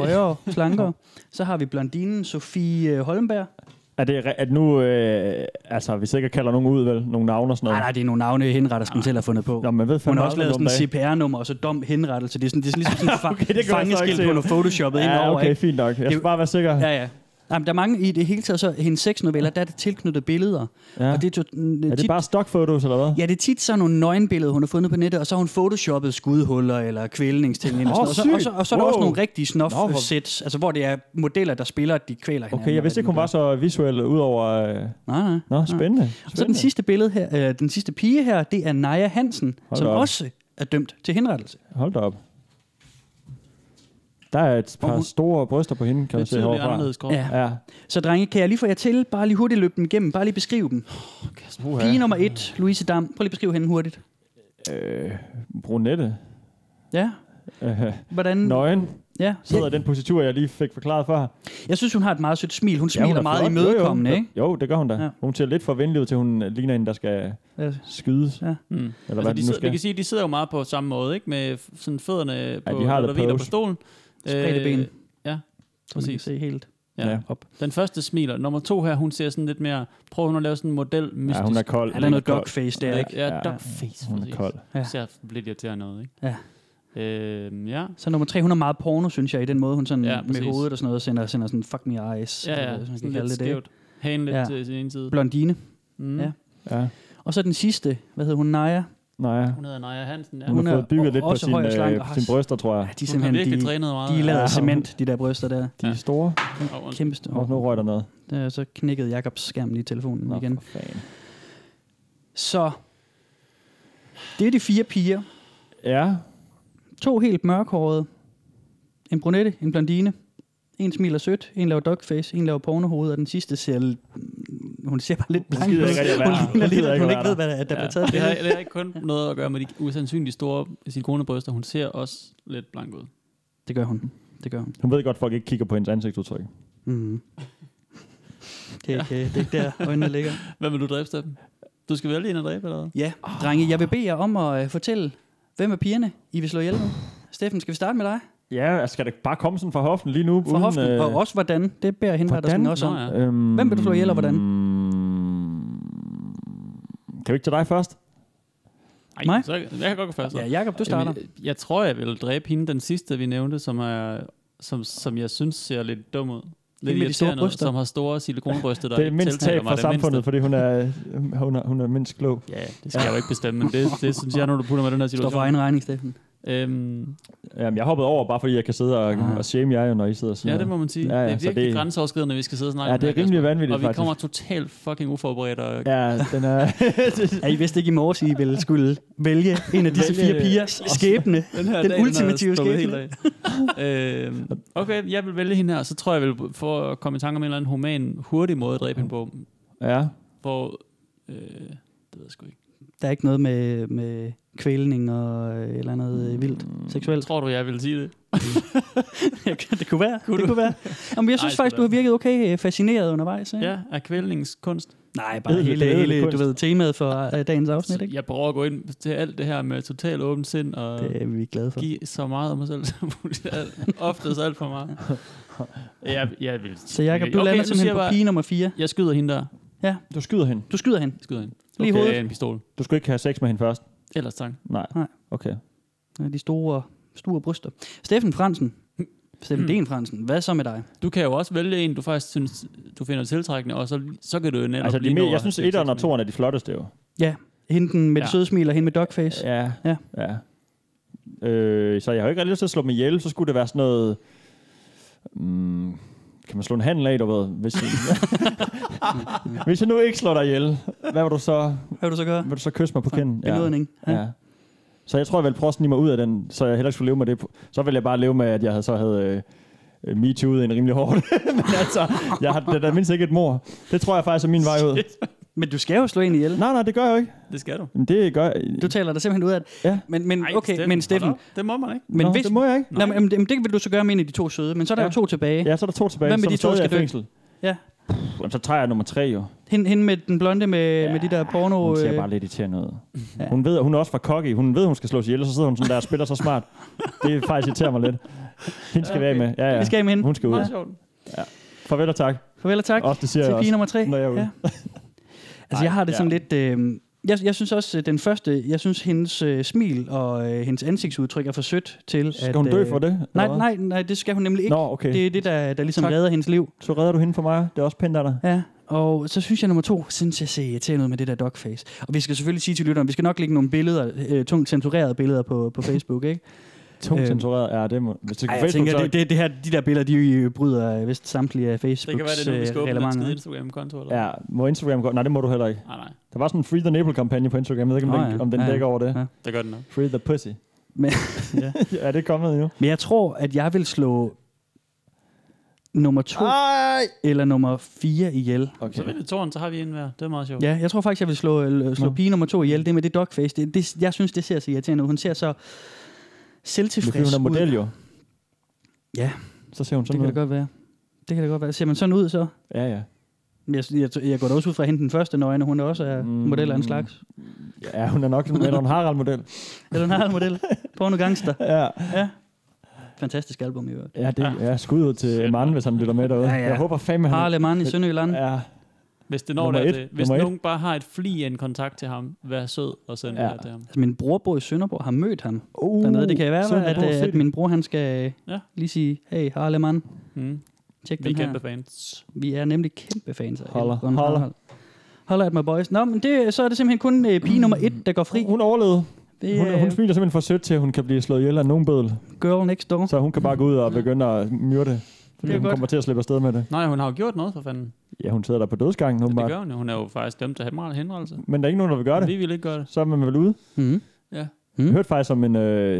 S3: Højere, slankere. Så har vi blondinen Sofie øh, Holmberg.
S5: Er det re- at nu... Øh, altså, vi sikkert kalder nogen ud, vel? Nogle navne og sådan
S3: Nej,
S5: noget.
S3: nej, det er nogle navne, henrettersken selv har fundet på.
S5: Ah. Nå, man ved
S3: Hun
S5: fandme
S3: har også lavet
S5: aldrig
S3: sådan
S5: nogle
S3: en
S5: dage.
S3: CPR-nummer, og så dom henrettelse. Det er, sådan, det er ligesom sådan en okay,
S5: det kan jeg så ikke
S3: fangeskilt
S5: se.
S3: på noget photoshoppet ind
S5: Ja,
S3: over.
S5: okay,
S3: ikke?
S5: fint nok. Jeg
S3: Det er
S5: skal
S3: jo-
S5: bare være sikker.
S3: Ja, ja. Jamen, der er mange i det hele taget, så hendes sexnoveller, der er det tilknyttet billeder.
S5: Ja.
S3: Ja. Og det er, to, n-
S5: Er det
S3: tit,
S5: bare stockfotos, eller hvad?
S3: Ja, det er tit sådan nogle nøgenbilleder, hun har fundet på nettet, og så har hun photoshoppet skudhuller eller kvælningsting. eller
S5: Åh,
S3: sådan noget. og, så, og, så,
S5: sygt.
S3: og så er der også
S5: Wow.
S3: nogle rigtige
S5: Nå, hvor-
S3: snuff-sets, altså hvor det er modeller, der spiller, at de kvæler hinanden.
S5: Okay, jeg
S3: og
S5: vidste
S3: hvad
S5: ikke, hun
S3: det nu
S5: var så visuel udover... Øh...
S3: gør. Nej, nej.
S5: Nå, spændende.
S3: Så den
S5: spændende.
S3: sidste, billede her, øh, den sidste pige her, det er Naja Hansen,
S5: Hold
S3: som
S5: da op.
S3: også er dømt til henrettelse.
S5: Hold da op. Der er et par
S3: hun-
S5: store bryster på hende, kan man se
S4: Betydeligt
S5: herovre.
S4: anderledes krop.
S3: Ja.
S5: Ja.
S3: Så drenge, kan jeg lige få jer til? Bare lige hurtigt løbe dem igennem. Bare lige beskrive dem.
S5: Uha.
S3: Pige nummer et, Louise Dam. Prøv lige at beskrive hende hurtigt.
S5: Brunette.
S3: Ja. Hvordan?
S5: Nøgen.
S3: Ja.
S5: Sidder
S3: Jeg,
S5: i den positur, jeg lige fik forklaret før.
S3: jeg synes, hun har et meget sødt smil. Hun smiler
S5: hun
S3: ja,
S5: er
S3: hun meget
S5: flot.
S3: imødekommende,
S5: jo, jo.
S3: ikke?
S5: Jo, det gør hun da.
S3: Ja.
S5: Ja. Hun ser lidt for venlig ud til, hun ligner en, der skal
S3: Ja.
S5: skydes.
S3: Ja.
S5: Ja.
S3: Mm.
S5: Eller hvad
S4: Altså,
S5: altså, det
S4: de
S5: nu
S4: sidder, vi
S5: skal.
S4: kan sige, at de sidder jo meget på samme måde, ikke? Med f- sådan fødderne på,
S5: de har
S4: når
S5: det
S4: der hviler på
S5: pose.
S4: stolen. Øh,
S3: Spredte ben.
S4: Ja,
S3: Som man kan
S4: præcis.
S3: se helt
S4: Ja.
S5: Ja.
S3: op.
S4: Den første smiler. Nummer to her, hun ser sådan lidt mere... Prøver hun at lave sådan en model mystisk.
S5: Ja, hun er kold.
S3: Ja, der er noget
S5: kold.
S3: dogface der, ikke?
S4: Ja,
S5: Ja.
S4: duck face.
S5: Hun er
S4: præcis.
S5: kold.
S3: Ja.
S4: Ja. Ser lidt irriterende ud, ikke?
S3: Ja.
S4: Øh, ja.
S3: Så nummer tre, hun er meget porno, synes jeg, i den måde, hun sådan
S4: Ja,
S3: ja, med
S4: præcis.
S3: hovedet og sådan noget, sender, sender sådan, fuck me eyes.
S4: Ja,
S3: eller
S4: ja.
S3: hvad man
S4: Sådan
S3: kan kalde
S4: lidt
S3: det, ikke?
S4: skævt. Hagen lidt øh,
S3: Ja.
S4: til sin ene side.
S3: Blondine.
S4: Mm.
S3: Ja.
S5: Ja.
S3: Og så den sidste, hvad hedder hun, Naja?
S5: Nej,
S4: Hun hedder Naja Hansen, ja.
S5: hun, hun
S3: Hun
S5: har
S3: er
S5: fået bygget
S3: o-
S5: lidt på
S3: også
S5: sin,
S3: høj og slank
S5: øh,
S3: og har-
S5: sine bryster, tror jeg.
S3: Ja, de er
S4: Hun har
S3: simpelthen,
S4: virkelig
S3: de,
S4: trænet meget.
S3: de er lavet af
S5: Ja, hun-
S3: cement, de der bryster der.
S5: De er
S4: Ja.
S5: store.
S4: Og hun-
S3: Kæmpe store.
S5: Og nu røg der noget.
S3: Der, så knækkede Jakobs skærmen lige i telefonen
S5: Nå,
S3: Nå. igen.
S5: for fanden.
S3: Så det er de fire piger.
S5: Ja,
S3: To helt mørkhårede. En brunette, en blondine. En smiler sødt, en laver dogface, en laver pornohoved, og den sidste ser... l- mm, Hun ser bare lidt blank
S5: gider
S3: ud.
S5: ikke rigtig at være der.
S3: Hun ligner
S5: Hun
S3: lidt,
S5: gider
S3: at
S5: ikke
S3: hun
S5: at
S3: ikke
S5: være
S3: ved, hvad der, der ja.
S4: Ja.
S3: bliver taget
S4: Det har,
S3: billede.
S4: det har ikke kun noget at gøre med de usandsynligt store silikonebryster. Hun ser også lidt blank ud.
S3: Det gør hun. Det gør hun.
S5: hun ved godt, at folk ikke kigger på hendes ansigtsudtryk. Mhm.
S3: Mm. Det, er ikke, øh, det er ikke der, øjnene ligger.
S4: Hvad vil du dræbe, Steffen? Du skal vælge en at dræbe, eller hvad?
S3: Ja, drenge, jeg vil bede jer om at øh, fortælle, hvem er pigerne, I vil slå ihjel nu? Steffen, skal vi starte med dig?
S5: Ja, altså, skal det bare komme sådan fra hoften lige nu?
S3: For hoften, og også hvordan. Det beder henrettersken
S5: hvordan?
S3: også om.
S4: øh, Nå, ja. Mm.
S5: Øhm,
S3: Hvem vil du slå ihjel, og hvordan?
S5: Kan vi ikke til dig først?
S4: Ej,
S3: Mig?
S4: Så, jeg kan godt gå først.
S3: Ja, Jakob, du starter.
S4: Jamen, jeg, jeg tror, jeg vil dræbe hende, den sidste, vi nævnte, som, er, som, som jeg synes ser lidt dum ud. Lidt
S3: med de store
S4: irriterende,
S3: bryster.
S4: som har store silikonebryster, der
S5: det er
S4: ikke
S5: mindst
S4: tiltaler
S5: tab
S4: mig
S5: for
S4: det
S5: samfundet,
S4: mindste.
S5: fordi hun er, øh, hun er, hun er mindst klog.
S4: Ja, det skal jeg jo ikke bestemme, men det, det synes jeg, når du putter mig i den her
S3: Står
S4: situation.
S3: for egen regning, Steffen.
S4: Øhm,
S5: Jamen, jeg hoppede over, bare fordi jeg kan sidde og, ah. og shame jer, jo, når I sidder og siger
S4: ja, det må man sige.
S5: Ja, ja,
S4: det er
S5: så
S4: virkelig det...
S5: det-
S4: grænseoverskridende, vi skal sidde og snakke
S5: Ja,
S4: om
S5: det er
S4: her,
S5: rimelig
S4: Kasper.
S5: vanvittigt,
S4: Og vi
S5: faktisk.
S4: kommer totalt fucking uforberedt og
S5: Ja, den er...
S3: Ja, I vidste ikke i morges, I ville skulle vælge en af disse
S5: Vælge-
S3: fire pigers skæbne.
S4: Den, her
S3: Den
S4: dag,
S3: ultimative
S4: den har stukket helt af. øhm, okay, jeg vil vælge hende her, så tror jeg, jeg vil få at komme i tanke om en eller anden human, hurtig måde at dræbe hende på,
S5: ja.
S4: hvor... Øh, det ved jeg sgu ikke.
S3: Der er ikke noget med, med kvælning og øh, eller noget øh, vildt seksuelt.
S4: Tror du, jeg vil sige det?
S3: det kunne være. Kunne det kunne være. Jamen, jeg synes
S4: det
S3: Ej, faktisk,
S4: kunne
S3: du har virket okay øh, fascineret undervejs. Ikke?
S4: Ja, er kvælningskunst.
S3: Nej, bare
S5: Ædel-
S3: hele,
S5: ædel
S3: hele du
S5: kunst.
S3: ved, temaet for øh, dagens afsnit. Ikke?
S4: Jeg prøver at gå ind til alt det her med total åbent sind og
S3: Det er vi glade for.
S4: give så meget af mig selv som muligt. Alt- Oftest alt for meget. Jeg, jeg vil...
S3: Så Jacob, du
S4: Okay,
S3: okay, lander
S4: nu siger
S3: simpelthen
S4: jeg
S3: på
S4: bare-
S3: pige nummer 4.
S4: Jeg skyder hende der.
S5: Du skyder hende.
S3: Du skyder hende.
S4: Jeg skyder hende.
S3: Lige i
S4: Okay.
S3: hovedet.
S4: Med en pistol.
S5: Du skulle ikke have sex med hende først.
S4: Ellers tak.
S5: Nej.
S3: Nej.
S5: Okay.
S3: Ja, de store, store bryster. Steffen Fransen. Steffen Den Fransen, hvad så med dig?
S4: Du kan jo også vælge en, du faktisk synes, du finder tiltrækkende, og så, så kan du jo netop
S5: Altså, de
S4: lige nå
S5: me-
S4: at
S5: jeg synes,
S4: have sex
S5: etteren og
S4: med
S5: toeren er de flotteste jo.
S3: Ja, hende den med ja.
S4: Ja.
S3: det søde smil og hende med dogface. Ja.
S5: Ja.
S3: Ja.
S5: ja. Øh, så jeg har jo ikke rigtig lyst til at slå dem ihjel. Så skulle det være sådan noget... Mm, kan man slå en handel af, du ved? Hvis, hvis jeg nu ikke slår dig ihjel, hvad vil du så,
S3: Hvad vil du så gøre?
S5: vil du så kysse mig på kinden?
S3: Benådning. Ja. Ja.
S5: Ja. Så jeg tror, jeg ville prøve at snige mig ud af den, så jeg heller ikke skulle leve med det. Så ville jeg bare leve med, at jeg havde, så havde øh, MeToo'et en rimelig hårdt. Men altså, jeg har det er da mindst ikke et mor. Det tror jeg faktisk er min vej ud.
S3: Men du skal jo slå en ihjel.
S5: Nej, nej, det gør jeg jo ikke.
S4: hende. Det skal du.
S5: Men det gør
S3: Du taler dig simpelthen ud af det.
S5: Ja.
S3: Men, men, okay, men Steffen,
S4: hold op. Det må man ikke.
S3: men
S5: Nå,
S3: hvis,
S5: det må jeg ikke.
S3: Nå, men, jamen, det, men det vil du så gøre med en af de to søde, men så er der ja.
S5: Ja.
S3: jo to tilbage. Ja.
S5: Ja, så er der to tilbage.
S3: Hvem af
S5: som
S3: de to skal
S5: stadig er i
S3: dø?
S5: Fængsel.
S3: Ja.
S5: Jamen, så tager jeg nummer tre jo.
S3: Hende, hende med den blonde med, ja. med de der porno...
S5: Hun ser
S3: øh,
S5: bare lidt irriterende ud.
S3: Ja.
S5: Hun ved, hun er også fra cocky. Hun ved, hun skal slås ihjel, og så sidder hun sådan der og spiller så smart. Det faktisk irriterer mig lidt. Hende skal vi af med. Ja, ja.
S3: Vi skal af med hende.
S5: Hun skal ud.
S4: Meget sjovt.
S5: Farvel og tak.
S3: Farvel og tak
S5: Også det siger
S3: til
S5: jeg
S3: pige
S5: også,
S3: nummer tre.
S5: når jeg er ude.
S3: altså, jeg har det
S5: ja.
S3: sådan lidt... Øh, jeg, jeg synes også, øh, den første... Jeg synes, hendes øh, smil og øh, hendes ansigtsudtryk er for sødt til...
S5: Skal
S3: at,
S5: hun dø
S3: øh,
S5: for det? eller
S3: Nej,
S5: hvad?
S3: nej, nej, det skal hun nemlig ikke.
S5: Nå, okay.
S3: Det er det, der, der ligesom
S5: Tak.
S3: tak. redder hendes liv.
S5: Så redder du hende for mig. Det er også pænt af dig.
S3: Ja, og så synes jeg nummer to, synes jeg ser irriterende ud med det der dogface. Og vi skal selvfølgelig sige til lytteren, vi skal nok lægge nogle billeder, øh, tungt censurerede billeder på, på Facebook, ikke?
S5: Tungt
S3: Øhm.
S5: censureret. Ja, det må... Hvis det
S3: Ej,
S5: kan
S3: jeg
S5: Facebook,
S3: tænker,
S5: så...
S3: det, det, det her, de der billeder, de øh, bryder øh, vist samtlige af Facebooks
S4: Det kan være, det er nu, vi skal
S3: øh,
S4: åbne den skide
S3: reglementer.
S4: Instagram-konto. Eller?
S5: Ja, må Instagram gå... Nej, det må du heller ikke.
S4: Nej, nej.
S5: Der var sådan en Free the Nipple-kampagne på Instagram. Jeg ved ikke, om
S3: Nå,
S5: den,
S3: ja.
S5: om den
S3: Ja, ja.
S5: dækker over det.
S3: Ja.
S4: Det gør den nok.
S5: Free the pussy.
S3: Men-
S5: ja. er det kommet endnu?
S3: Men jeg tror, at jeg vil slå nummer to ah.
S5: Ej!
S3: eller nummer fire ihjel.
S4: Så ved vi tårn, så har vi en hver. Det er meget sjovt.
S3: Ja, jeg tror faktisk, jeg vil slå, øh, slå
S5: Nå.
S3: pige nummer to ihjel. Det med det dogface, det, det, jeg synes, det ser så irriterende ud. Hun ser så
S5: Nu
S3: selvtilfreds
S5: hun er
S3: ud.
S5: model jo.
S3: Ja.
S5: Så ser hun
S3: Det
S5: sådan
S3: kan det
S5: ud.
S3: godt være. Det kan det godt være. Ser man sådan ud, så?
S5: Ja, ja.
S3: Jeg, jeg, jeg går da også ud fra at hende den første nøgne, hun er også er
S5: Mm.
S3: mm. model af en slags.
S5: Ja, hun er nok sådan eller en Harald-model.
S3: Eller en harald model. Porno gangster.
S5: Ja,
S3: Ja. Fantastisk album i øvrigt.
S5: ja det er skud ud til Eman, hvis han lytter med derude.
S3: Ja, ja.
S5: Jeg håber fandme, han...
S3: Harle Mann i Sønderjylland. Ja.
S5: Ja,
S4: Hvis det når
S5: Nummer
S4: der
S5: et.
S4: til, hvis
S5: Nummer et.
S4: nogen bare har et fli af en kontakt til ham, vær sød og send
S5: Ja.
S4: ja. det her til ham.
S3: Altså, min bror bor i Sønderborg, har mødt ham
S5: uh,
S3: dernede. Det kan være,
S5: sådan
S3: hva', at,
S5: bor
S3: øh, at
S5: City.
S3: min bror han skal
S4: Ja.
S3: ja. lige sige, hey Harle Mann,
S4: Mm.
S3: tjek
S4: Vi er
S3: den her.
S4: kæmpe fans.
S3: Vi er nemlig kæmpe fans af
S5: Holler,
S3: Ron
S5: holler.
S3: Harald. Holder at my boys. Nå, men det, så er det simpelthen kun øh, pige nummer et, der går fri.
S5: Hun overlevede.
S3: Det
S5: Hun,
S3: er
S5: hun smiler simpelthen for sødt til, at hun kan blive slået ihjel af nogen bødel.
S3: girl next door.
S5: Så hun kan bare gå ud og begynde at myrde. Fordi
S3: Det er
S5: hun
S3: godt.
S5: kommer til at slippe afsted med det.
S4: Nej, hun har jo gjort noget for fanden.
S5: Ja, hun sidder der på dødsgangen,
S4: Det, det
S5: åbenbart.
S4: gør hun jo. Hun er jo faktisk dømt til henre- henrettelse.
S5: Men der er ikke nogen, der vil gøre
S4: Vi
S5: det.
S4: vil ikke gøre det.
S5: Så er man vel ude.
S3: Mm.
S4: Ja.
S5: Jeg hørte faktisk om en, øh,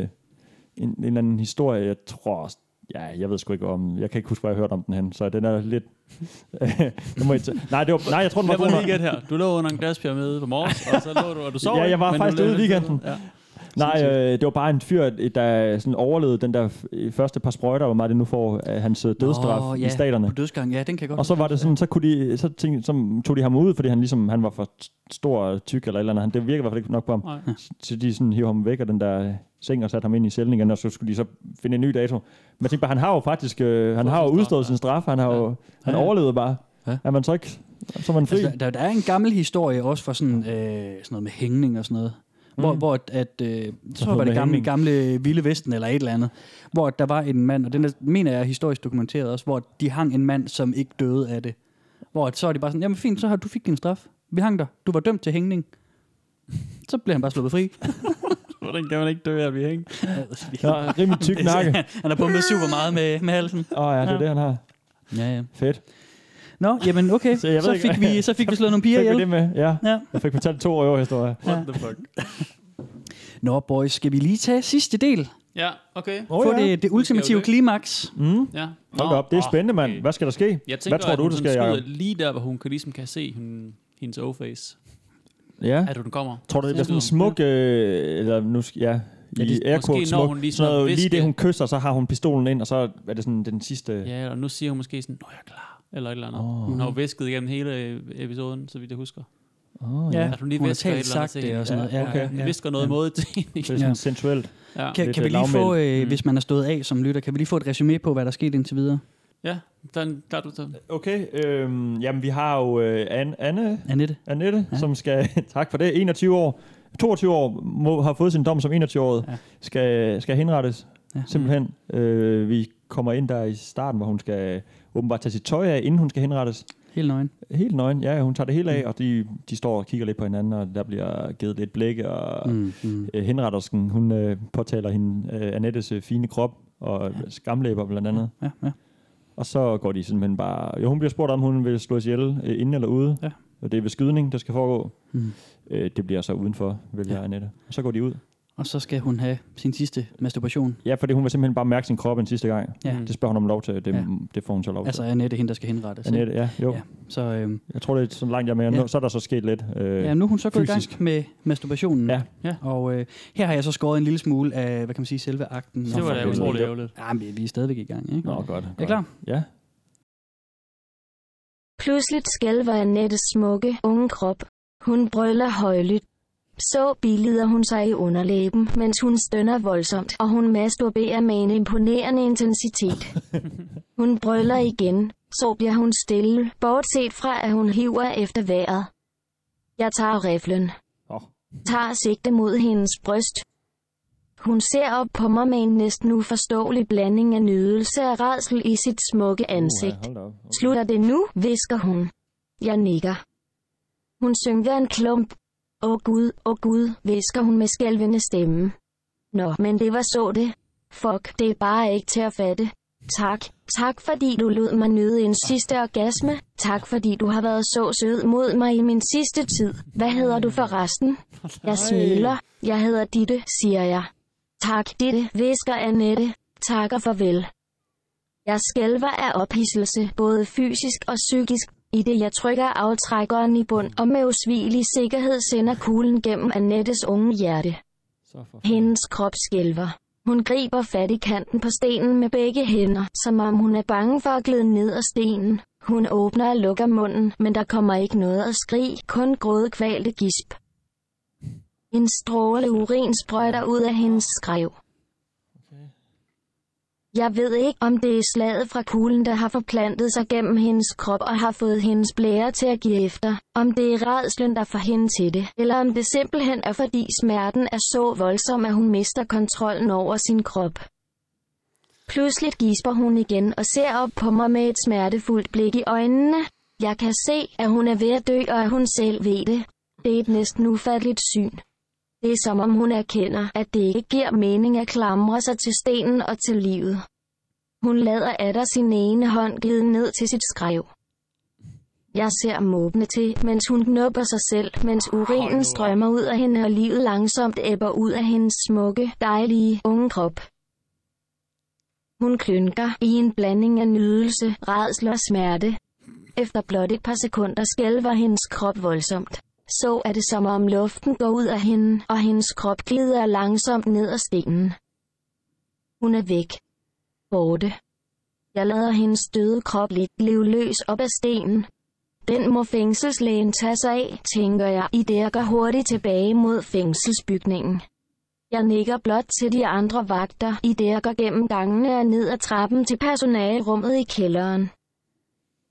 S5: en, en eller anden historie, jeg tror... Ja, jeg ved sgu ikke om... Jeg kan ikke huske, hvor jeg hørte om den hen, så den er lidt... nu må I tage- nej, det var, nej, jeg tror, den var
S4: Jeg var
S5: god
S4: lige
S5: nok.
S4: igen her. Du lå under en glaspyramide på morges, og så lå du, og du sov
S5: Ja, jeg
S4: ikke,
S5: var
S4: men
S5: faktisk
S4: du lå
S5: ude i
S4: lidt-
S5: weekenden.
S4: Ja.
S5: Nej, øh, det var bare en fyr, der sådan overlevede den der f- første par sprøjter, hvor meget det nu får af hans øh, dødsstraf oh,
S3: ja.
S5: i staterne.
S3: På dødsgang, ja, den kan jeg godt
S5: Og så var det sådan, så, kunne de, så, tænkte, så tog de ham ud, fordi han ligesom, han var for t- stor og tyk eller et eller andet. Han, det virker i hvert fald ikke nok på ham.
S4: Nej.
S5: Så de sådan hiver ham væk af den der seng og satte ham ind i cellen igen, og så skulle de så finde en ny dato. Men jeg tænkte bare, han har jo faktisk, øh, han
S4: Fået
S5: har jo
S4: sin straf,
S5: udstået
S4: ja.
S5: sin straf, han har jo, han
S4: Ja, ja.
S5: overlevede bare.
S3: Ja.
S5: Er man så ikke, så er man fri.
S3: Altså, der, der, der er en gammel historie også for sådan, øh, sådan noget med hængning og sådan noget. Hvor, hvor at, at øh, jeg tror jeg var
S5: Mm. med
S3: det gamle,
S5: hængning.
S3: gamle Vilde Vesten eller et eller andet, hvor der var en mand, og den er, mener jeg er historisk dokumenteret også, hvor de hang en mand, som ikke døde af det. Hvor at, så er de bare sådan, jamen fint, så har du fik din straf. Vi hang dig. Du var dømt til hængning. Så blev han bare sluppet fri.
S4: Hvordan kan man ikke dø af at blive hængt?
S5: Nå, rimelig tyk nakke.
S3: han har pumpet super meget med, med halsen.
S5: Åh oh, ja, det er det, han har.
S3: Ja, ja.
S5: Fedt.
S3: Nå, jamen okay,
S5: Så
S3: så,
S5: jeg ved
S3: så,
S5: ikke,
S3: fik vi, så fik vi slået nogle piger
S5: Fik vi
S3: ihjel.
S5: det med? Ja.
S3: Ja.
S5: Jeg fik fortalt to år historie.
S4: What the fuck?
S3: Nå, boys, skal vi lige tage sidste del?
S4: Ja, okay.
S5: Oh,
S3: Få
S5: ja. Mm.
S3: det, det ultimative
S4: det.
S3: klimaks.
S4: Ja.
S5: Hold da op, det er spændende, mand. Hvad skal der ske?
S4: Jeg tænker,
S5: Hvad tror
S4: at
S5: du,
S4: hun
S5: der
S4: sådan
S5: skal,
S4: skyder
S5: Jacob?
S4: lige der, hvor hun kan, ligesom kan se hun, hendes O-face.
S5: Ja.
S4: At hun kommer.
S5: Tror du, det bliver sådan
S4: Sådan
S5: en smuk, øh, eller nu skal, ja, i
S4: Ja, de-
S5: air
S4: måske
S5: quotes
S4: når
S5: smuk,
S4: hun lige
S5: sådan
S4: sådan
S5: noget,
S4: at
S5: lige det,
S4: hviske-
S5: hun kysser, så har hun pistolen ind, og så er det sådan den sidste...
S4: Ja, og nu siger hun måske sådan, nu er jeg klar, eller et eller andet. Oh. Hun har jo visket igennem hele øh, episoden, så vidt jeg husker.
S5: Oh,
S3: Ja.
S4: At hun lige
S3: Hun har
S4: visker
S3: talt
S4: et eller
S3: sagt
S4: andet til
S3: det
S4: hende.
S3: og sådan noget. Ja,
S4: Ja,
S3: okay.
S4: ja,
S3: Ja.
S4: ja. Visker noget imod til
S5: Det
S4: hende.
S5: er sådan sensuelt.
S4: ja.
S3: Kan,
S5: Lidt,
S3: kan
S5: øh,
S3: vi lige få,
S5: lavmælt.
S3: øh, hvis man er stået af som lytter, kan vi lige få et resume på, hvad der er sket indtil videre?
S4: ja, der, er en- der er du der.
S5: Okay, øhm, jamen vi har jo øh, Anne, Anne,
S3: Annette?
S5: Annette, ja. som skal, tak for det, 21 år, 22 år, må, har fået sin dom som 21-årig, ja.
S3: Ja.
S5: skal, skal henrettes, ja.
S3: Ja.
S5: simpelthen. Øh, vi kommer ind der i starten, hvor hun skal åbenbart tage sit tøj af, inden hun skal henrettes.
S3: Helt nøgen.
S5: Helt nøgen, ja, hun tager det hele af, og de, de står og kigger lidt på hinanden, og der bliver givet lidt blikke, og mm.
S3: Mm, mm.
S5: øh, henrettersken, hun øh, påtaler hende øh, Annettes øh, fine krop, og ja. skamlæber blandt andet.
S3: Ja, ja.
S5: Og så går de simpelthen bare... Jo, hun bliver spurgt om, hun vil slås ihjel øh, inde eller ude.
S3: Ja.
S5: Og det er ved skydning, der skal foregå.
S3: Mm.
S5: Øh, det bliver så udenfor, vælger ja.
S3: Ja.
S5: Annette. Og så går de ud.
S3: Og så skal hun have sin sidste masturbation.
S5: Ja, fordi hun vil simpelthen bare mærke sin krop en sidste gang.
S3: Ja.
S5: Det spørger hun om lov til. Det, ja.
S3: Ja.
S5: det får hun så lov til.
S3: Altså Annette, hende der skal henrettes. ikke?
S5: Annette, ja, jo. Ja.
S3: Ja. Så, øhm,
S5: Jeg tror, det er så langt, jeg er med.
S3: Ja.
S5: Ja. Så er der så sket lidt. Øh,
S3: ja, nu er hun så gået i
S5: fysisk.
S3: gang med masturbationen.
S5: Ja.
S4: Ja.
S3: Og øh, her har jeg så skåret en lille smule af, hvad kan man sige, selve akten.
S4: Det var da
S5: for
S4: utroligt
S5: helvede.
S4: ærgerligt.
S3: Ja, men vi er stadigvæk i gang, ikke?
S5: Nå, godt. godt.
S3: Er I klar?
S5: Ja.
S2: Pludseligt skælver Annettes smukke, unge krop. Hun brøller højlydt. Så bilider hun sig i underlæben, mens hun stønner voldsomt, og hun masturberer med en imponerende intensitet. Hun brøller igen, så bliver hun stille, bortset fra at hun hiver efter vejret. Jeg tager riflen.
S5: Åh.
S2: Tager sigte mod hendes bryst. Hun ser op på mig med en næsten uforståelig blanding af nydelse og redsel i sit smukke ansigt.
S5: Uha, hold da op. Okay.
S2: Slutter det nu, visker hun. Jeg nikker. Hun synker en klump. Åh Gud, åh Gud, visker hun med skælvende stemme. Nå, men det var så det. Fuck, det er bare ikke til at fatte. Tak, tak fordi du lod mig nyde en sidste orgasme. Tak fordi du har været så sød mod mig i min sidste tid. Hvad hedder du for resten? Jeg smiler. Jeg hedder Ditte, siger jeg. Tak, Ditte, visker Annette. Tak og farvel. Jeg skælver af ophidselse, både fysisk og psykisk, i det jeg trykker aftrækkeren i bund og med usvigelig sikkerhed sender kuglen gennem Annettes unge hjerte.
S5: Så for...
S2: Hendes krop skælver. Hun griber fat i kanten på stenen med begge hænder, som om hun er bange for at glide ned ad stenen. Hun åbner og lukker munden, men der kommer ikke noget at skrige, kun grådekvalte gisp. En stråle urin sprøjter ud af hendes skrev. Jeg ved ikke, om det er slaget fra kuglen, der har forplantet sig gennem hendes krop og har fået hendes blære til at give efter. Om det er redslen, der får hende til det. Eller om det simpelthen er fordi smerten er så voldsom, at hun mister kontrollen over sin krop. Pludselig gisper hun igen og ser op på mig med et smertefuldt blik i øjnene. Jeg kan se, at hun er ved at dø, og at hun selv ved det. Det er et næsten ufatteligt syn. Det er som om hun erkender, at det ikke giver mening at klamre sig til stenen og til livet. Hun lader atter sin ene hånd givet ned til sit skrev. Jeg ser måbne til, mens hun knupper sig selv, mens urinen strømmer ud af hende og livet langsomt æbber ud af hendes smukke, dejlige, unge krop. Hun klynker i en blanding af nydelse, redsel og smerte. Efter blot et par sekunder skælver hendes krop voldsomt. Så er det som om luften går ud af hende, og hendes krop glider langsomt ned ad stenen. Hun er væk. Borte. Jeg lader hendes døde krop ligge livløs op ad stenen. Den må fængselslægen tage sig af, tænker jeg, i det jeg går hurtigt tilbage mod fængselsbygningen. Jeg nikker blot til de andre vagter, i det jeg går gennem gangene og ned ad trappen til personalerummet i kælderen.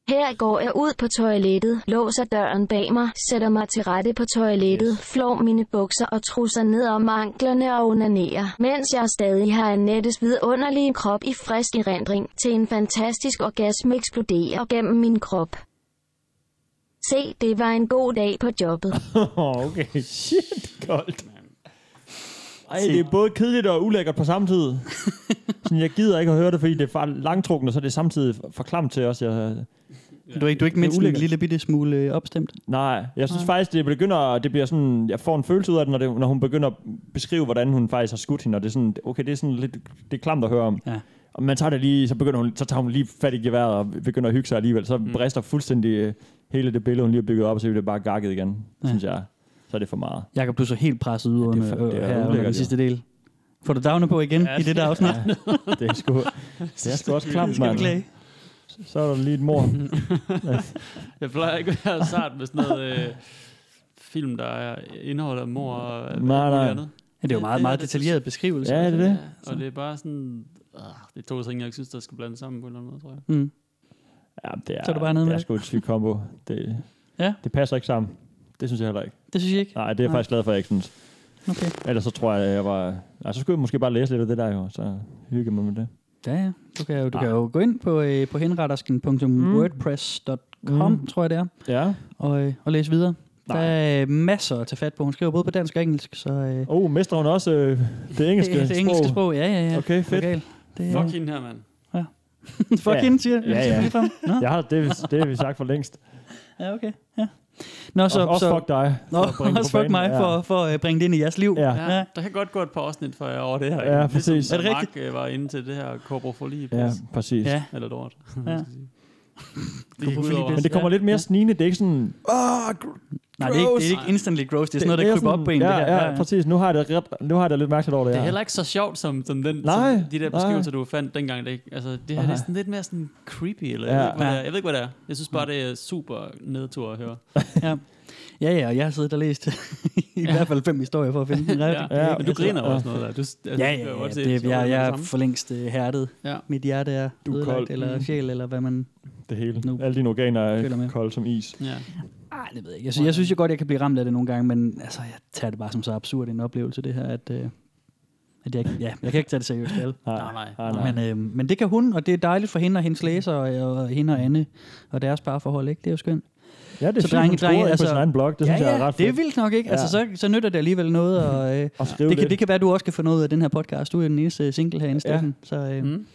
S2: Her går jeg ud på toilettet, låser døren bag mig, sætter mig til rette på toilettet, yes. flår mine bukser og trusser ned om anklerne og onanerer, mens jeg stadig har Annettes vidunderlige krop i frisk erindring, til en fantastisk orgasme eksploderer gennem min krop. Se, det var en god dag på jobbet.
S5: Åh, okay. Shit, koldt. Ej, det er både kedeligt og ulækkert på samme tid. Sådan, jeg gider ikke at høre det, fordi det er for langtrukken, og så er det samtidig for klamt til os. Jeg,
S3: Du er ikke, du er ikke
S5: Det er
S3: mindst en
S5: ulækkert.
S3: lille bitte smule øh, opstemt?
S5: nej, jeg synes faktisk, det begynder, det bliver sådan, jeg får en følelse ud af det, når, det, når hun begynder at beskrive, hvordan hun faktisk har skudt hende, og det er sådan, okay, det er sådan lidt, det er klamt at høre om.
S3: Ja.
S5: Og man tager det lige, så, begynder hun, så tager hun lige fat i geværet og begynder at hygge sig alligevel. Så mm. brister fuldstændig øh, hele det billede, hun lige har bygget op, og så bliver det bare gakket igen, ja. synes jeg. Så er det for meget.
S3: Jakob, du så helt presset ud
S5: det er
S3: under,
S5: for- det er
S3: øh, her under
S5: ulækkert,
S3: den
S5: jo.
S3: sidste del. Får du downer på igen
S4: Ja.
S3: i det der afsnit?
S5: Det er sgu, det er sgu også klamt,
S3: Skal vi
S5: mand.
S3: klage?
S5: Så er der lige et mor.
S4: Jeg plejer ikke at være sart med sådan noget øh, film, der er- indeholder mor og alt
S5: Nej,
S4: muligt
S5: nej.
S4: andet.
S3: Ja, det er jo meget,
S4: det-
S3: meget
S4: det-
S3: detaljeret beskrivelse.
S5: Ja, det er det.
S4: Og det er bare sådan... Øh, det er to ting, jeg ikke synes, der skal blande sammen på en eller anden måde, tror jeg.
S3: Mm.
S5: Ja, det er,
S3: Så er du bare nede
S5: det
S3: med
S5: er
S3: det.
S5: sgu et sygt kombo. Det,
S3: Ja.
S5: det passer ikke sammen. Det synes jeg heller ikke.
S3: Det synes jeg ikke.
S5: Nej, det er jeg
S3: Nej.
S5: faktisk glad for, at jeg ikke synes.
S3: Okay.
S5: Ellers så tror jeg, at jeg var... Nej, så skulle jeg måske bare læse lidt af det der jo, så hygge mig med det.
S3: Ja, ja. Du kan jo, du kan jo gå ind på, øh, på henrettersken.wordpress.com, mm. tror jeg det er,
S5: Ja.
S3: og, øh, og læse videre.
S5: Nej.
S3: Der er øh, masser at tage fat på. Hun skriver både på dansk og engelsk, så øh, det,
S5: Oh, mestrer hun også øh, det engelske
S3: det, det engelske
S5: sprog.
S3: sprog. Ja, ja, ja.
S5: Okay, fedt.
S3: Lokal. Det,
S4: Fuck hende her, mand.
S3: Fuck
S5: Ja.
S3: hende, siger
S5: Ja, ja.
S3: siger hun ligefrem. Nå,
S5: Ja, det, er- det har vi sagt for længst.
S3: ja, okay. Ja. Nå,
S5: Og så,
S3: så,
S5: også
S3: så,
S5: fuck dig.
S3: Nå,
S5: for at bringe det
S3: også
S5: på
S3: fuck
S5: banen.
S3: mig for, for øh, at bringe det ind i jeres liv.
S5: Ja. ja.
S4: Ja, der kan godt gå et par afsnit, før jeg er over det her.
S5: Ja,
S4: Ligesom
S5: præcis.
S4: Er
S3: Er det
S4: det Mark øh, var inde til det her korporfolie.
S5: Ja,
S4: Ja.
S5: præcis.
S3: ja.
S4: Eller lort.
S3: Ja.
S4: Det gik ud
S3: Koprofilipis.
S4: over.
S5: Men det kommer lidt mere snigende. Det er ikke sådan...
S3: Nej, det er, ikke, det er ikke instantly gross. Det er sådan noget, der
S5: er
S3: kryber op
S5: sådan-
S3: på en.
S5: ja,
S3: det her.
S5: Ja, præcis. Nu har jeg det, ret, nu har jeg det lidt mærkeligt over det,
S4: Det er
S5: her.
S4: heller ikke så sjovt som, som, den,
S5: Nej,
S4: som de der
S5: nej.
S4: beskrivelser, du fandt dengang. Det, ikke- altså, det her det
S5: Nej.
S4: er sådan lidt mere sådan creepy. Eller,
S5: Ja.
S4: jeg,
S3: Ja.
S4: ved ikke, hvad det er. jeg ved ikke, hvad det er. Jeg synes bare, det er super nedtur at høre.
S3: Ja, ja, og jeg har siddet og læst i hvert fald fem historier for at finde den rigtige.
S5: Ja.
S4: Men du
S5: Altså,
S4: griner jo
S5: ja.
S4: også noget der. Du, altså,
S3: Ja,
S4: du kan jo
S3: ja, ja.
S4: godt se,
S3: Det,
S4: så
S3: jeg, jeg er
S4: det
S3: for længst uh, hærdet.
S4: Ja.
S3: Mit hjerte er
S5: Du er
S3: ødelagt,
S5: kold.
S3: eller
S5: Mm.
S3: sjæl, eller hvad man...
S5: det hele.
S3: Nu.
S5: Alle dine organer
S3: Føler med.
S5: er kolde som is.
S4: samme. Ja.
S3: Ej, Ah, det ved jeg ikke. Jeg synes, jeg synes jo godt, jeg kan blive ramt af det nogle gange, men altså, jeg tager det bare som så absurd en oplevelse, det her, at, uh, at jeg, ikke- ja, jeg kan ikke tage det seriøst. Vel?
S4: Nej, nej.
S5: nej, nej.
S3: Men, øh, men det kan hun, og det er dejligt for hende og hendes læser, og, og hende og Anne, og deres parforhold, ikke? Det er jo skønt.
S5: Ja, det er
S3: Så
S5: så fint,
S3: drenge,
S5: hun scorede
S3: drenge,
S5: ikke
S3: altså-
S5: på sin egen blog. Det synes
S3: ja,
S5: jeg
S3: ja,
S5: er ret
S3: det er
S5: fedt
S3: vildt nok, ikke? Altså,
S5: Ja.
S3: så, så nytter det alligevel noget, og... Øh,
S5: at skrive
S3: det, kan,
S5: lidt.
S3: det kan være, at du også kan få noget ud af den her podcast. Du er den eneste single herinde,
S5: Ja.
S3: Steffen. Så, øh, mm.
S4: Mm.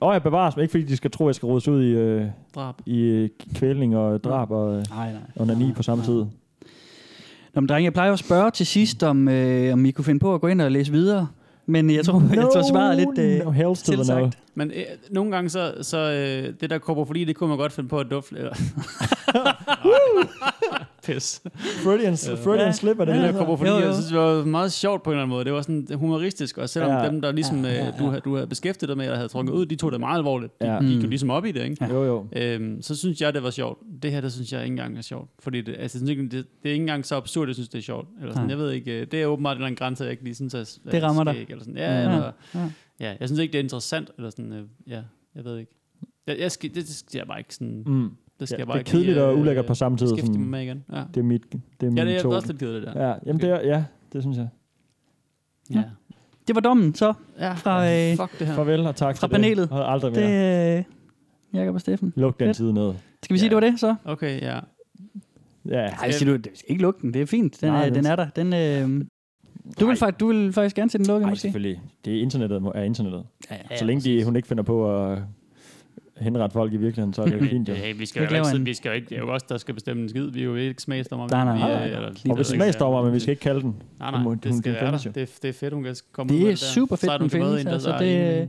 S5: Og jeg bevares mig, ikke fordi de skal tro, at jeg skal rodes ud i, øh,
S4: Drab.
S5: i øh, kvælning og drab og øh,
S3: Nej, nej.
S5: onani på samme tid.
S3: Nå, men drenge, jeg plejer jo at spørge til sidst, om, øh, om I kunne finde på at gå ind og læse videre. Men jeg tror, jeg tror svaret er lidt øh,
S5: no hells to the no.
S3: tilsagt.
S4: Men øh, nogle gange så, så øh, det der korporfoli, det kunne man godt finde på at dufte. Eller... Pis.
S5: Freudian, Freudian slip er det.
S4: Det
S5: Ja,
S4: der korporfoli,
S3: Jo, jo.
S4: jeg synes, det var meget sjovt på en eller anden måde. Det var sådan humoristisk, og selvom
S5: Ja.
S4: ja, dem, der ligesom, ja, ja, ja. Du, havde- du havde beskæftiget dig med, eller havde trukket ud, de tog det meget alvorligt. De
S5: Ja.
S4: ja. gik jo ligesom op i det, ikke?
S5: Jo, jo.
S4: Øhm, så synes jeg, det var sjovt. Det her, der synes jeg ikke engang er sjovt. Fordi det, altså, jeg synes ikke, det, det er ikke engang så absurd, jeg synes, det er sjovt. Eller sådan.
S3: Nej.
S4: Jeg ved ikke, øh, det er åbenbart en eller anden grænse, jeg ikke lige synes, at,
S3: Det rammer dig.
S4: Eller sådan. Ja, ja,
S3: Ja.
S4: eller,
S3: Ja.
S4: ja. ja, jeg synes ikke, det er interessant. Eller sådan, øh, ja, jeg ved ikke. Jeg, jeg skal, det, det skal jeg bare ikke sådan...
S5: Mm.
S4: Det
S5: Ja,
S4: skal jeg bare
S5: det er
S4: ikke
S5: kedeligt
S4: lige,
S5: og
S4: øh,
S5: ulækkert på samme tid.
S4: Skifte mig
S5: Sådan,
S4: med igen. Ja,
S5: det er mit, det er
S4: ja
S5: min
S4: det er
S5: to.
S4: også lidt kedeligt, det der.
S5: Ja, jamen det er, ja, det synes jeg.
S4: ja.
S3: Det var dommen, så,
S4: ja. altså,
S3: Fra, øh,
S4: Fuck det her.
S5: Farvel og tak
S3: Fra
S5: for
S3: panelet.
S5: det. Og aldrig
S3: det,
S5: mere.
S3: øh, Jakob og Steffen.
S5: Luk den
S3: Fedt.
S5: side ned.
S3: Skal vi sige,
S4: Ja.
S3: det var det, så?
S4: Okay, ja.
S5: Ja.
S3: Nej, siger du, det- vi skal ikke lukke den. Det er fint. Den,
S5: Nej,
S3: Nej,
S5: den-
S3: den er der. Den, øh, du, vil, fakt- du vil faktisk gerne se den lukket,
S5: Nej,
S3: måske?
S5: selvfølgelig. Det er internettet, må- er internettet.
S3: Ja, ja.
S5: Så længe de, hun ikke finder på at henrette folk i virkeligheden, så er det jo fint. Jo.
S4: Hey, vi
S3: Vi
S4: skal jo
S3: laver
S4: ikke,
S3: en-
S4: sidde- vi skal jo ikke, det er jo også der skal bestemme en skid. Vi er jo ikke smagsdommer.
S3: Nej, nej,
S4: vi,
S3: nej,
S4: er-
S3: nej.
S4: eller-
S3: Og
S4: vi
S5: Og
S4: ved
S5: hvis
S4: ikke,
S5: smagsdommer, men vi skal ikke kalde den.
S4: Nej,
S5: Hun må-
S4: nej, det
S5: hun
S4: skal
S5: kan
S4: være
S5: findes
S4: der.
S5: jo.
S4: Det, det er fedt, hun kan komme ud
S3: Det
S4: af
S3: er
S4: der.
S3: super fedt,
S4: Sejt,
S3: den
S4: hun kan møde
S3: findes.
S4: en, der
S3: Altså,
S4: er
S3: det, øh,
S4: enig.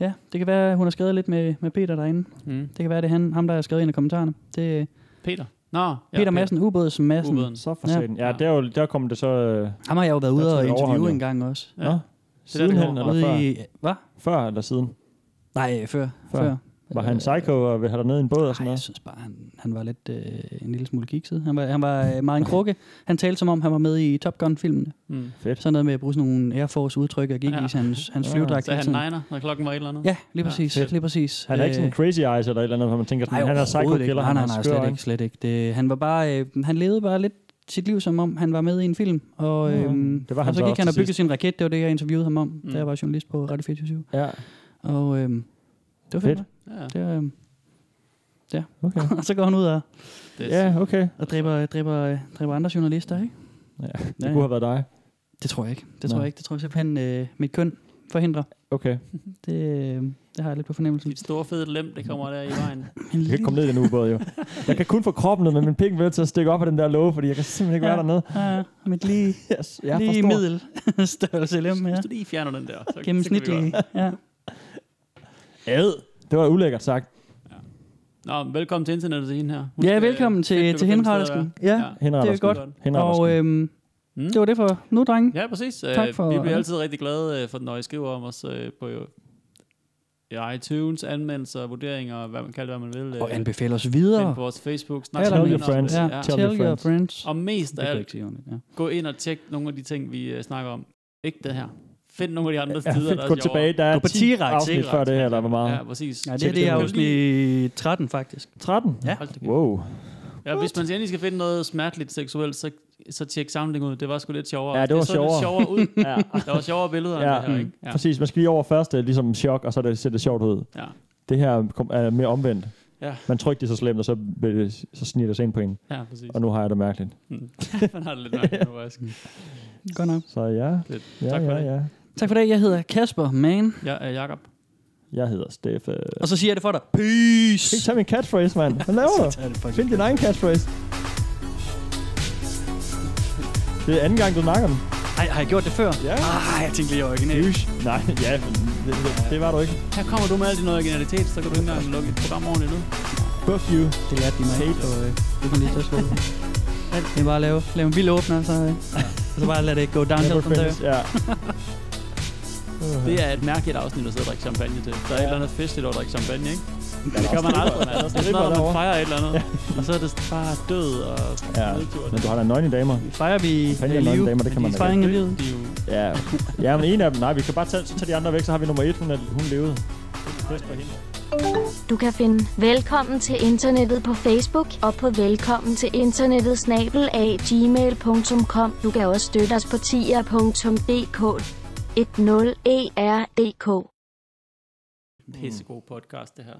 S3: ja, det kan være, hun har skrevet lidt med, med Peter derinde.
S4: Mm.
S3: Det kan være, det er han, ham, der har skrevet en af kommentarerne. Det er
S4: Peter. Nå, ja,
S3: Peter Madsen, ubåds Madsen.
S4: Ubåden.
S5: Så for
S3: Ja.
S5: satan. Ja,
S4: Ja.
S5: der, er jo, der kom det så... Øh,
S3: Ham har jeg jo været
S5: Der
S3: ude
S5: tog
S3: og
S5: det overhånd,
S3: interviewe
S5: jo.
S3: en gang også.
S4: Ja. Mm.
S5: Nå,
S4: der, det
S5: sidenhen,
S4: går
S5: eller før?
S3: Ude i... Hvad?
S5: Før eller siden?
S3: Nej, øh, før.
S5: Før.
S3: Før.
S5: Var
S3: Øh,
S5: han psycho og ville have dig ned i en båd og sådan
S3: Nej, jeg
S5: noget?
S3: synes bare, han, han var lidt øh, en lille smule kikset. Han var, han var øh, meget en krukke. Han talte som om, han var med i Top Gun-filmen.
S4: Mm.
S5: Fedt.
S3: Sådan noget med at bruge sådan nogle Air Force-udtryk og gik ja.
S4: Ja.
S3: i hans, hans
S5: Ja.
S3: flyvedragt.
S4: Så
S3: hele
S4: han
S3: tiden.
S4: negner, når klokken var et eller andet.
S3: Ja, lige præcis. Ja,
S5: Fedt.
S3: lige præcis.
S5: Han er ikke sådan
S3: Øh,
S5: crazy eyes eller et eller andet, hvor man tænker, sådan,
S3: nej,
S5: han er psycho
S3: overhovedet ikke.
S5: killer,
S3: Nej,
S5: han
S3: nej,
S5: har
S3: nej,
S5: skøre
S3: slet
S5: øjne.
S3: ikke, slet ikke. Det, han var bare, øh, han levede bare lidt sit liv, som om han var med i en film. Og, øh,
S5: Ja, det var han
S3: og så
S5: så
S3: gik
S5: også
S3: han og
S5: til
S3: byggede sin raket. Det var det, jeg interviewede ham om, mm. da jeg var journalist på Radio 24
S5: Ja,
S3: Og øh, det var
S5: Fedt.
S3: fedt.
S4: Ja,
S3: Det, var, øh,
S5: okay.
S3: og så går han ud og,
S4: det,
S5: Ja, okay.
S3: og dræber, dræber, dræber andre journalister, ikke?
S5: Ja, det
S3: Ja,
S5: kunne have været dig.
S3: Det tror jeg ikke. Det tror
S5: Nå.
S3: jeg ikke. Det tror jeg simpelthen, øh, mit køn forhindrer.
S5: Okay.
S3: Det, øh, det har jeg lidt på fornemmelsen.
S4: Dit store fede lem, det kommer der i vejen.
S3: En
S5: Jeg kan ikke komme ned i den ubåd, jo. Jeg kan kun få kroppen ned, men min pik vil til at stikke op af den der låge, fordi jeg kan simpelthen ikke ja. være dernede.
S3: Ja, men lige,
S5: Yes, jeg er for
S3: lige
S5: stor.
S3: middel størrelse lem her.
S4: Hvis du lige fjerner den der, så, så kan vi
S3: Gennemsnitlig.
S4: godt.
S3: Ja.
S5: Ad. Det var ulækkert sagt.
S4: Nå, men velkommen til internettet til hende her. Hun
S3: ja,
S4: skal-
S3: velkommen
S4: øh, fedt,
S3: til,
S4: du
S3: til
S4: kan finde
S3: henrettelsen.
S4: steder at
S3: Ja.
S4: være.
S5: Henretter
S3: Det er godt. Og øhm,
S4: Mm.
S3: det var det for nu, drenge.
S4: Ja, præcis. Øh,
S3: Tak for-
S4: vi bliver altid rigtig glade øh, for, når I skriver om os øh, på øh, iTunes, anmeldelser, vurderinger, hvad man kalder det, hvad man vil.
S3: Og
S4: øh,
S3: anbefale os
S4: Ind
S3: videre.
S4: på vores Facebook. Snak
S3: Allermest.
S4: med
S5: Tell your
S4: hinanden om
S5: friends.
S4: det.
S3: Ja,
S4: Ja.
S5: Tell
S3: tell
S5: your
S3: your
S5: friends.
S3: friends.
S4: Og mest
S3: Det
S4: af
S3: kan jeg
S4: alt,
S3: ikke sige ordentligt, ja.
S4: gå ind og tjek nogle af de ting, vi øh, snakker om. Ikke det her. Find nogle af de andre
S5: Ja,
S4: sider, der
S5: fedt, gå
S4: er sjovere.
S5: tilbage. Der er
S3: Gå på
S5: 10
S3: T-Rex,
S5: afsnit
S4: T-Rex,
S5: før det her, eller hvor meget?
S4: Ja, præcis.
S3: Ja, det er
S5: Tjek
S3: det
S5: det.
S3: afsnit 13, faktisk.
S5: 13?
S3: Ja.
S4: Hold da kæft.
S5: Wow.
S4: Ja, hvis man endelig skal finde noget smerteligt seksuelt, så, så tjek sounding ud. Det var sgu lidt sjovere.
S5: Ja, det var
S4: så lidt
S5: sjovere.
S4: sjovere ud.
S5: Ja,
S4: Der var sjovere billeder
S5: ja. mm.
S4: ja. end det her, ikke?
S5: ja.
S4: Ja.
S5: præcis. Man skal lige over først, det er ligesom chok, og så er det, ser det sjovt ud.
S4: ja.
S5: Det her kom- er mere omvendt.
S4: Ja.
S5: Man tror ikke, det er så slemt, og så, bliver det, så sniger det sig ind på en.
S4: Ja, præcis.
S5: Og nu har jeg det mærkeligt.
S4: Mm. man har det lidt mærkeligt nu, faktisk.
S3: Godt nok.
S5: Så ja,
S4: Fedt.
S5: ja,
S4: Tak for
S5: ja,
S4: det.
S5: ja.
S3: Tak for det. Jeg hedder Kasper Man.
S4: Jeg er Jacob.
S5: Jeg hedder Steffe.
S3: Og så siger jeg det for dig. Peace!
S5: Ikke tage min catchphrase, mand. Hvad laver du? Find din egen catchphrase. Det er anden gang, du nakker den.
S3: Ej, har jeg gjort det før?
S5: Ja.
S3: Ah, jeg tænkte lige, jeg var original.
S5: Nej, ja, men det, det, det var du ikke.
S4: Her kommer du med al din originalitet, så kan du ikke engang lukke et program ordentligt ud.
S5: Buff you.
S3: Det lærte de mig ikke på øh, journalisterskolen. Det er bare at lave, lave en vild åbner, så, øh, og så bare lade det gå downhill
S5: Never
S3: from there.
S5: finish. Ja.
S4: Det er et mærkeligt afsnit at sidde og drikke champagne til. Der er et eller andet festligt over at drikke champagne, ikke? Det gør man aldrig, mand. Det er sådan noget, når man
S5: derovre.
S4: fejrer et eller andet. Og så er det bare død og
S5: ja.
S4: nedtur.
S5: Men du har da nøgne damer.
S3: Fejrer vi
S5: Fanden,
S3: øh,
S5: jeg er
S3: liv?
S5: nøgen damer, det kan man da
S3: Fejring af livet?
S4: De er jo
S5: Ja. ja, men en af dem. Nej, vi kan bare tage, så tage de andre væk, så har vi nummer et. Hun, er, hun levede.
S2: Du kan finde Velkommen til internettet på Facebook og på velkommen til internettet snabel af gmail.com. Du kan også støtte os på tier.dk 10er.dk.
S4: en pissegod podcast, det her.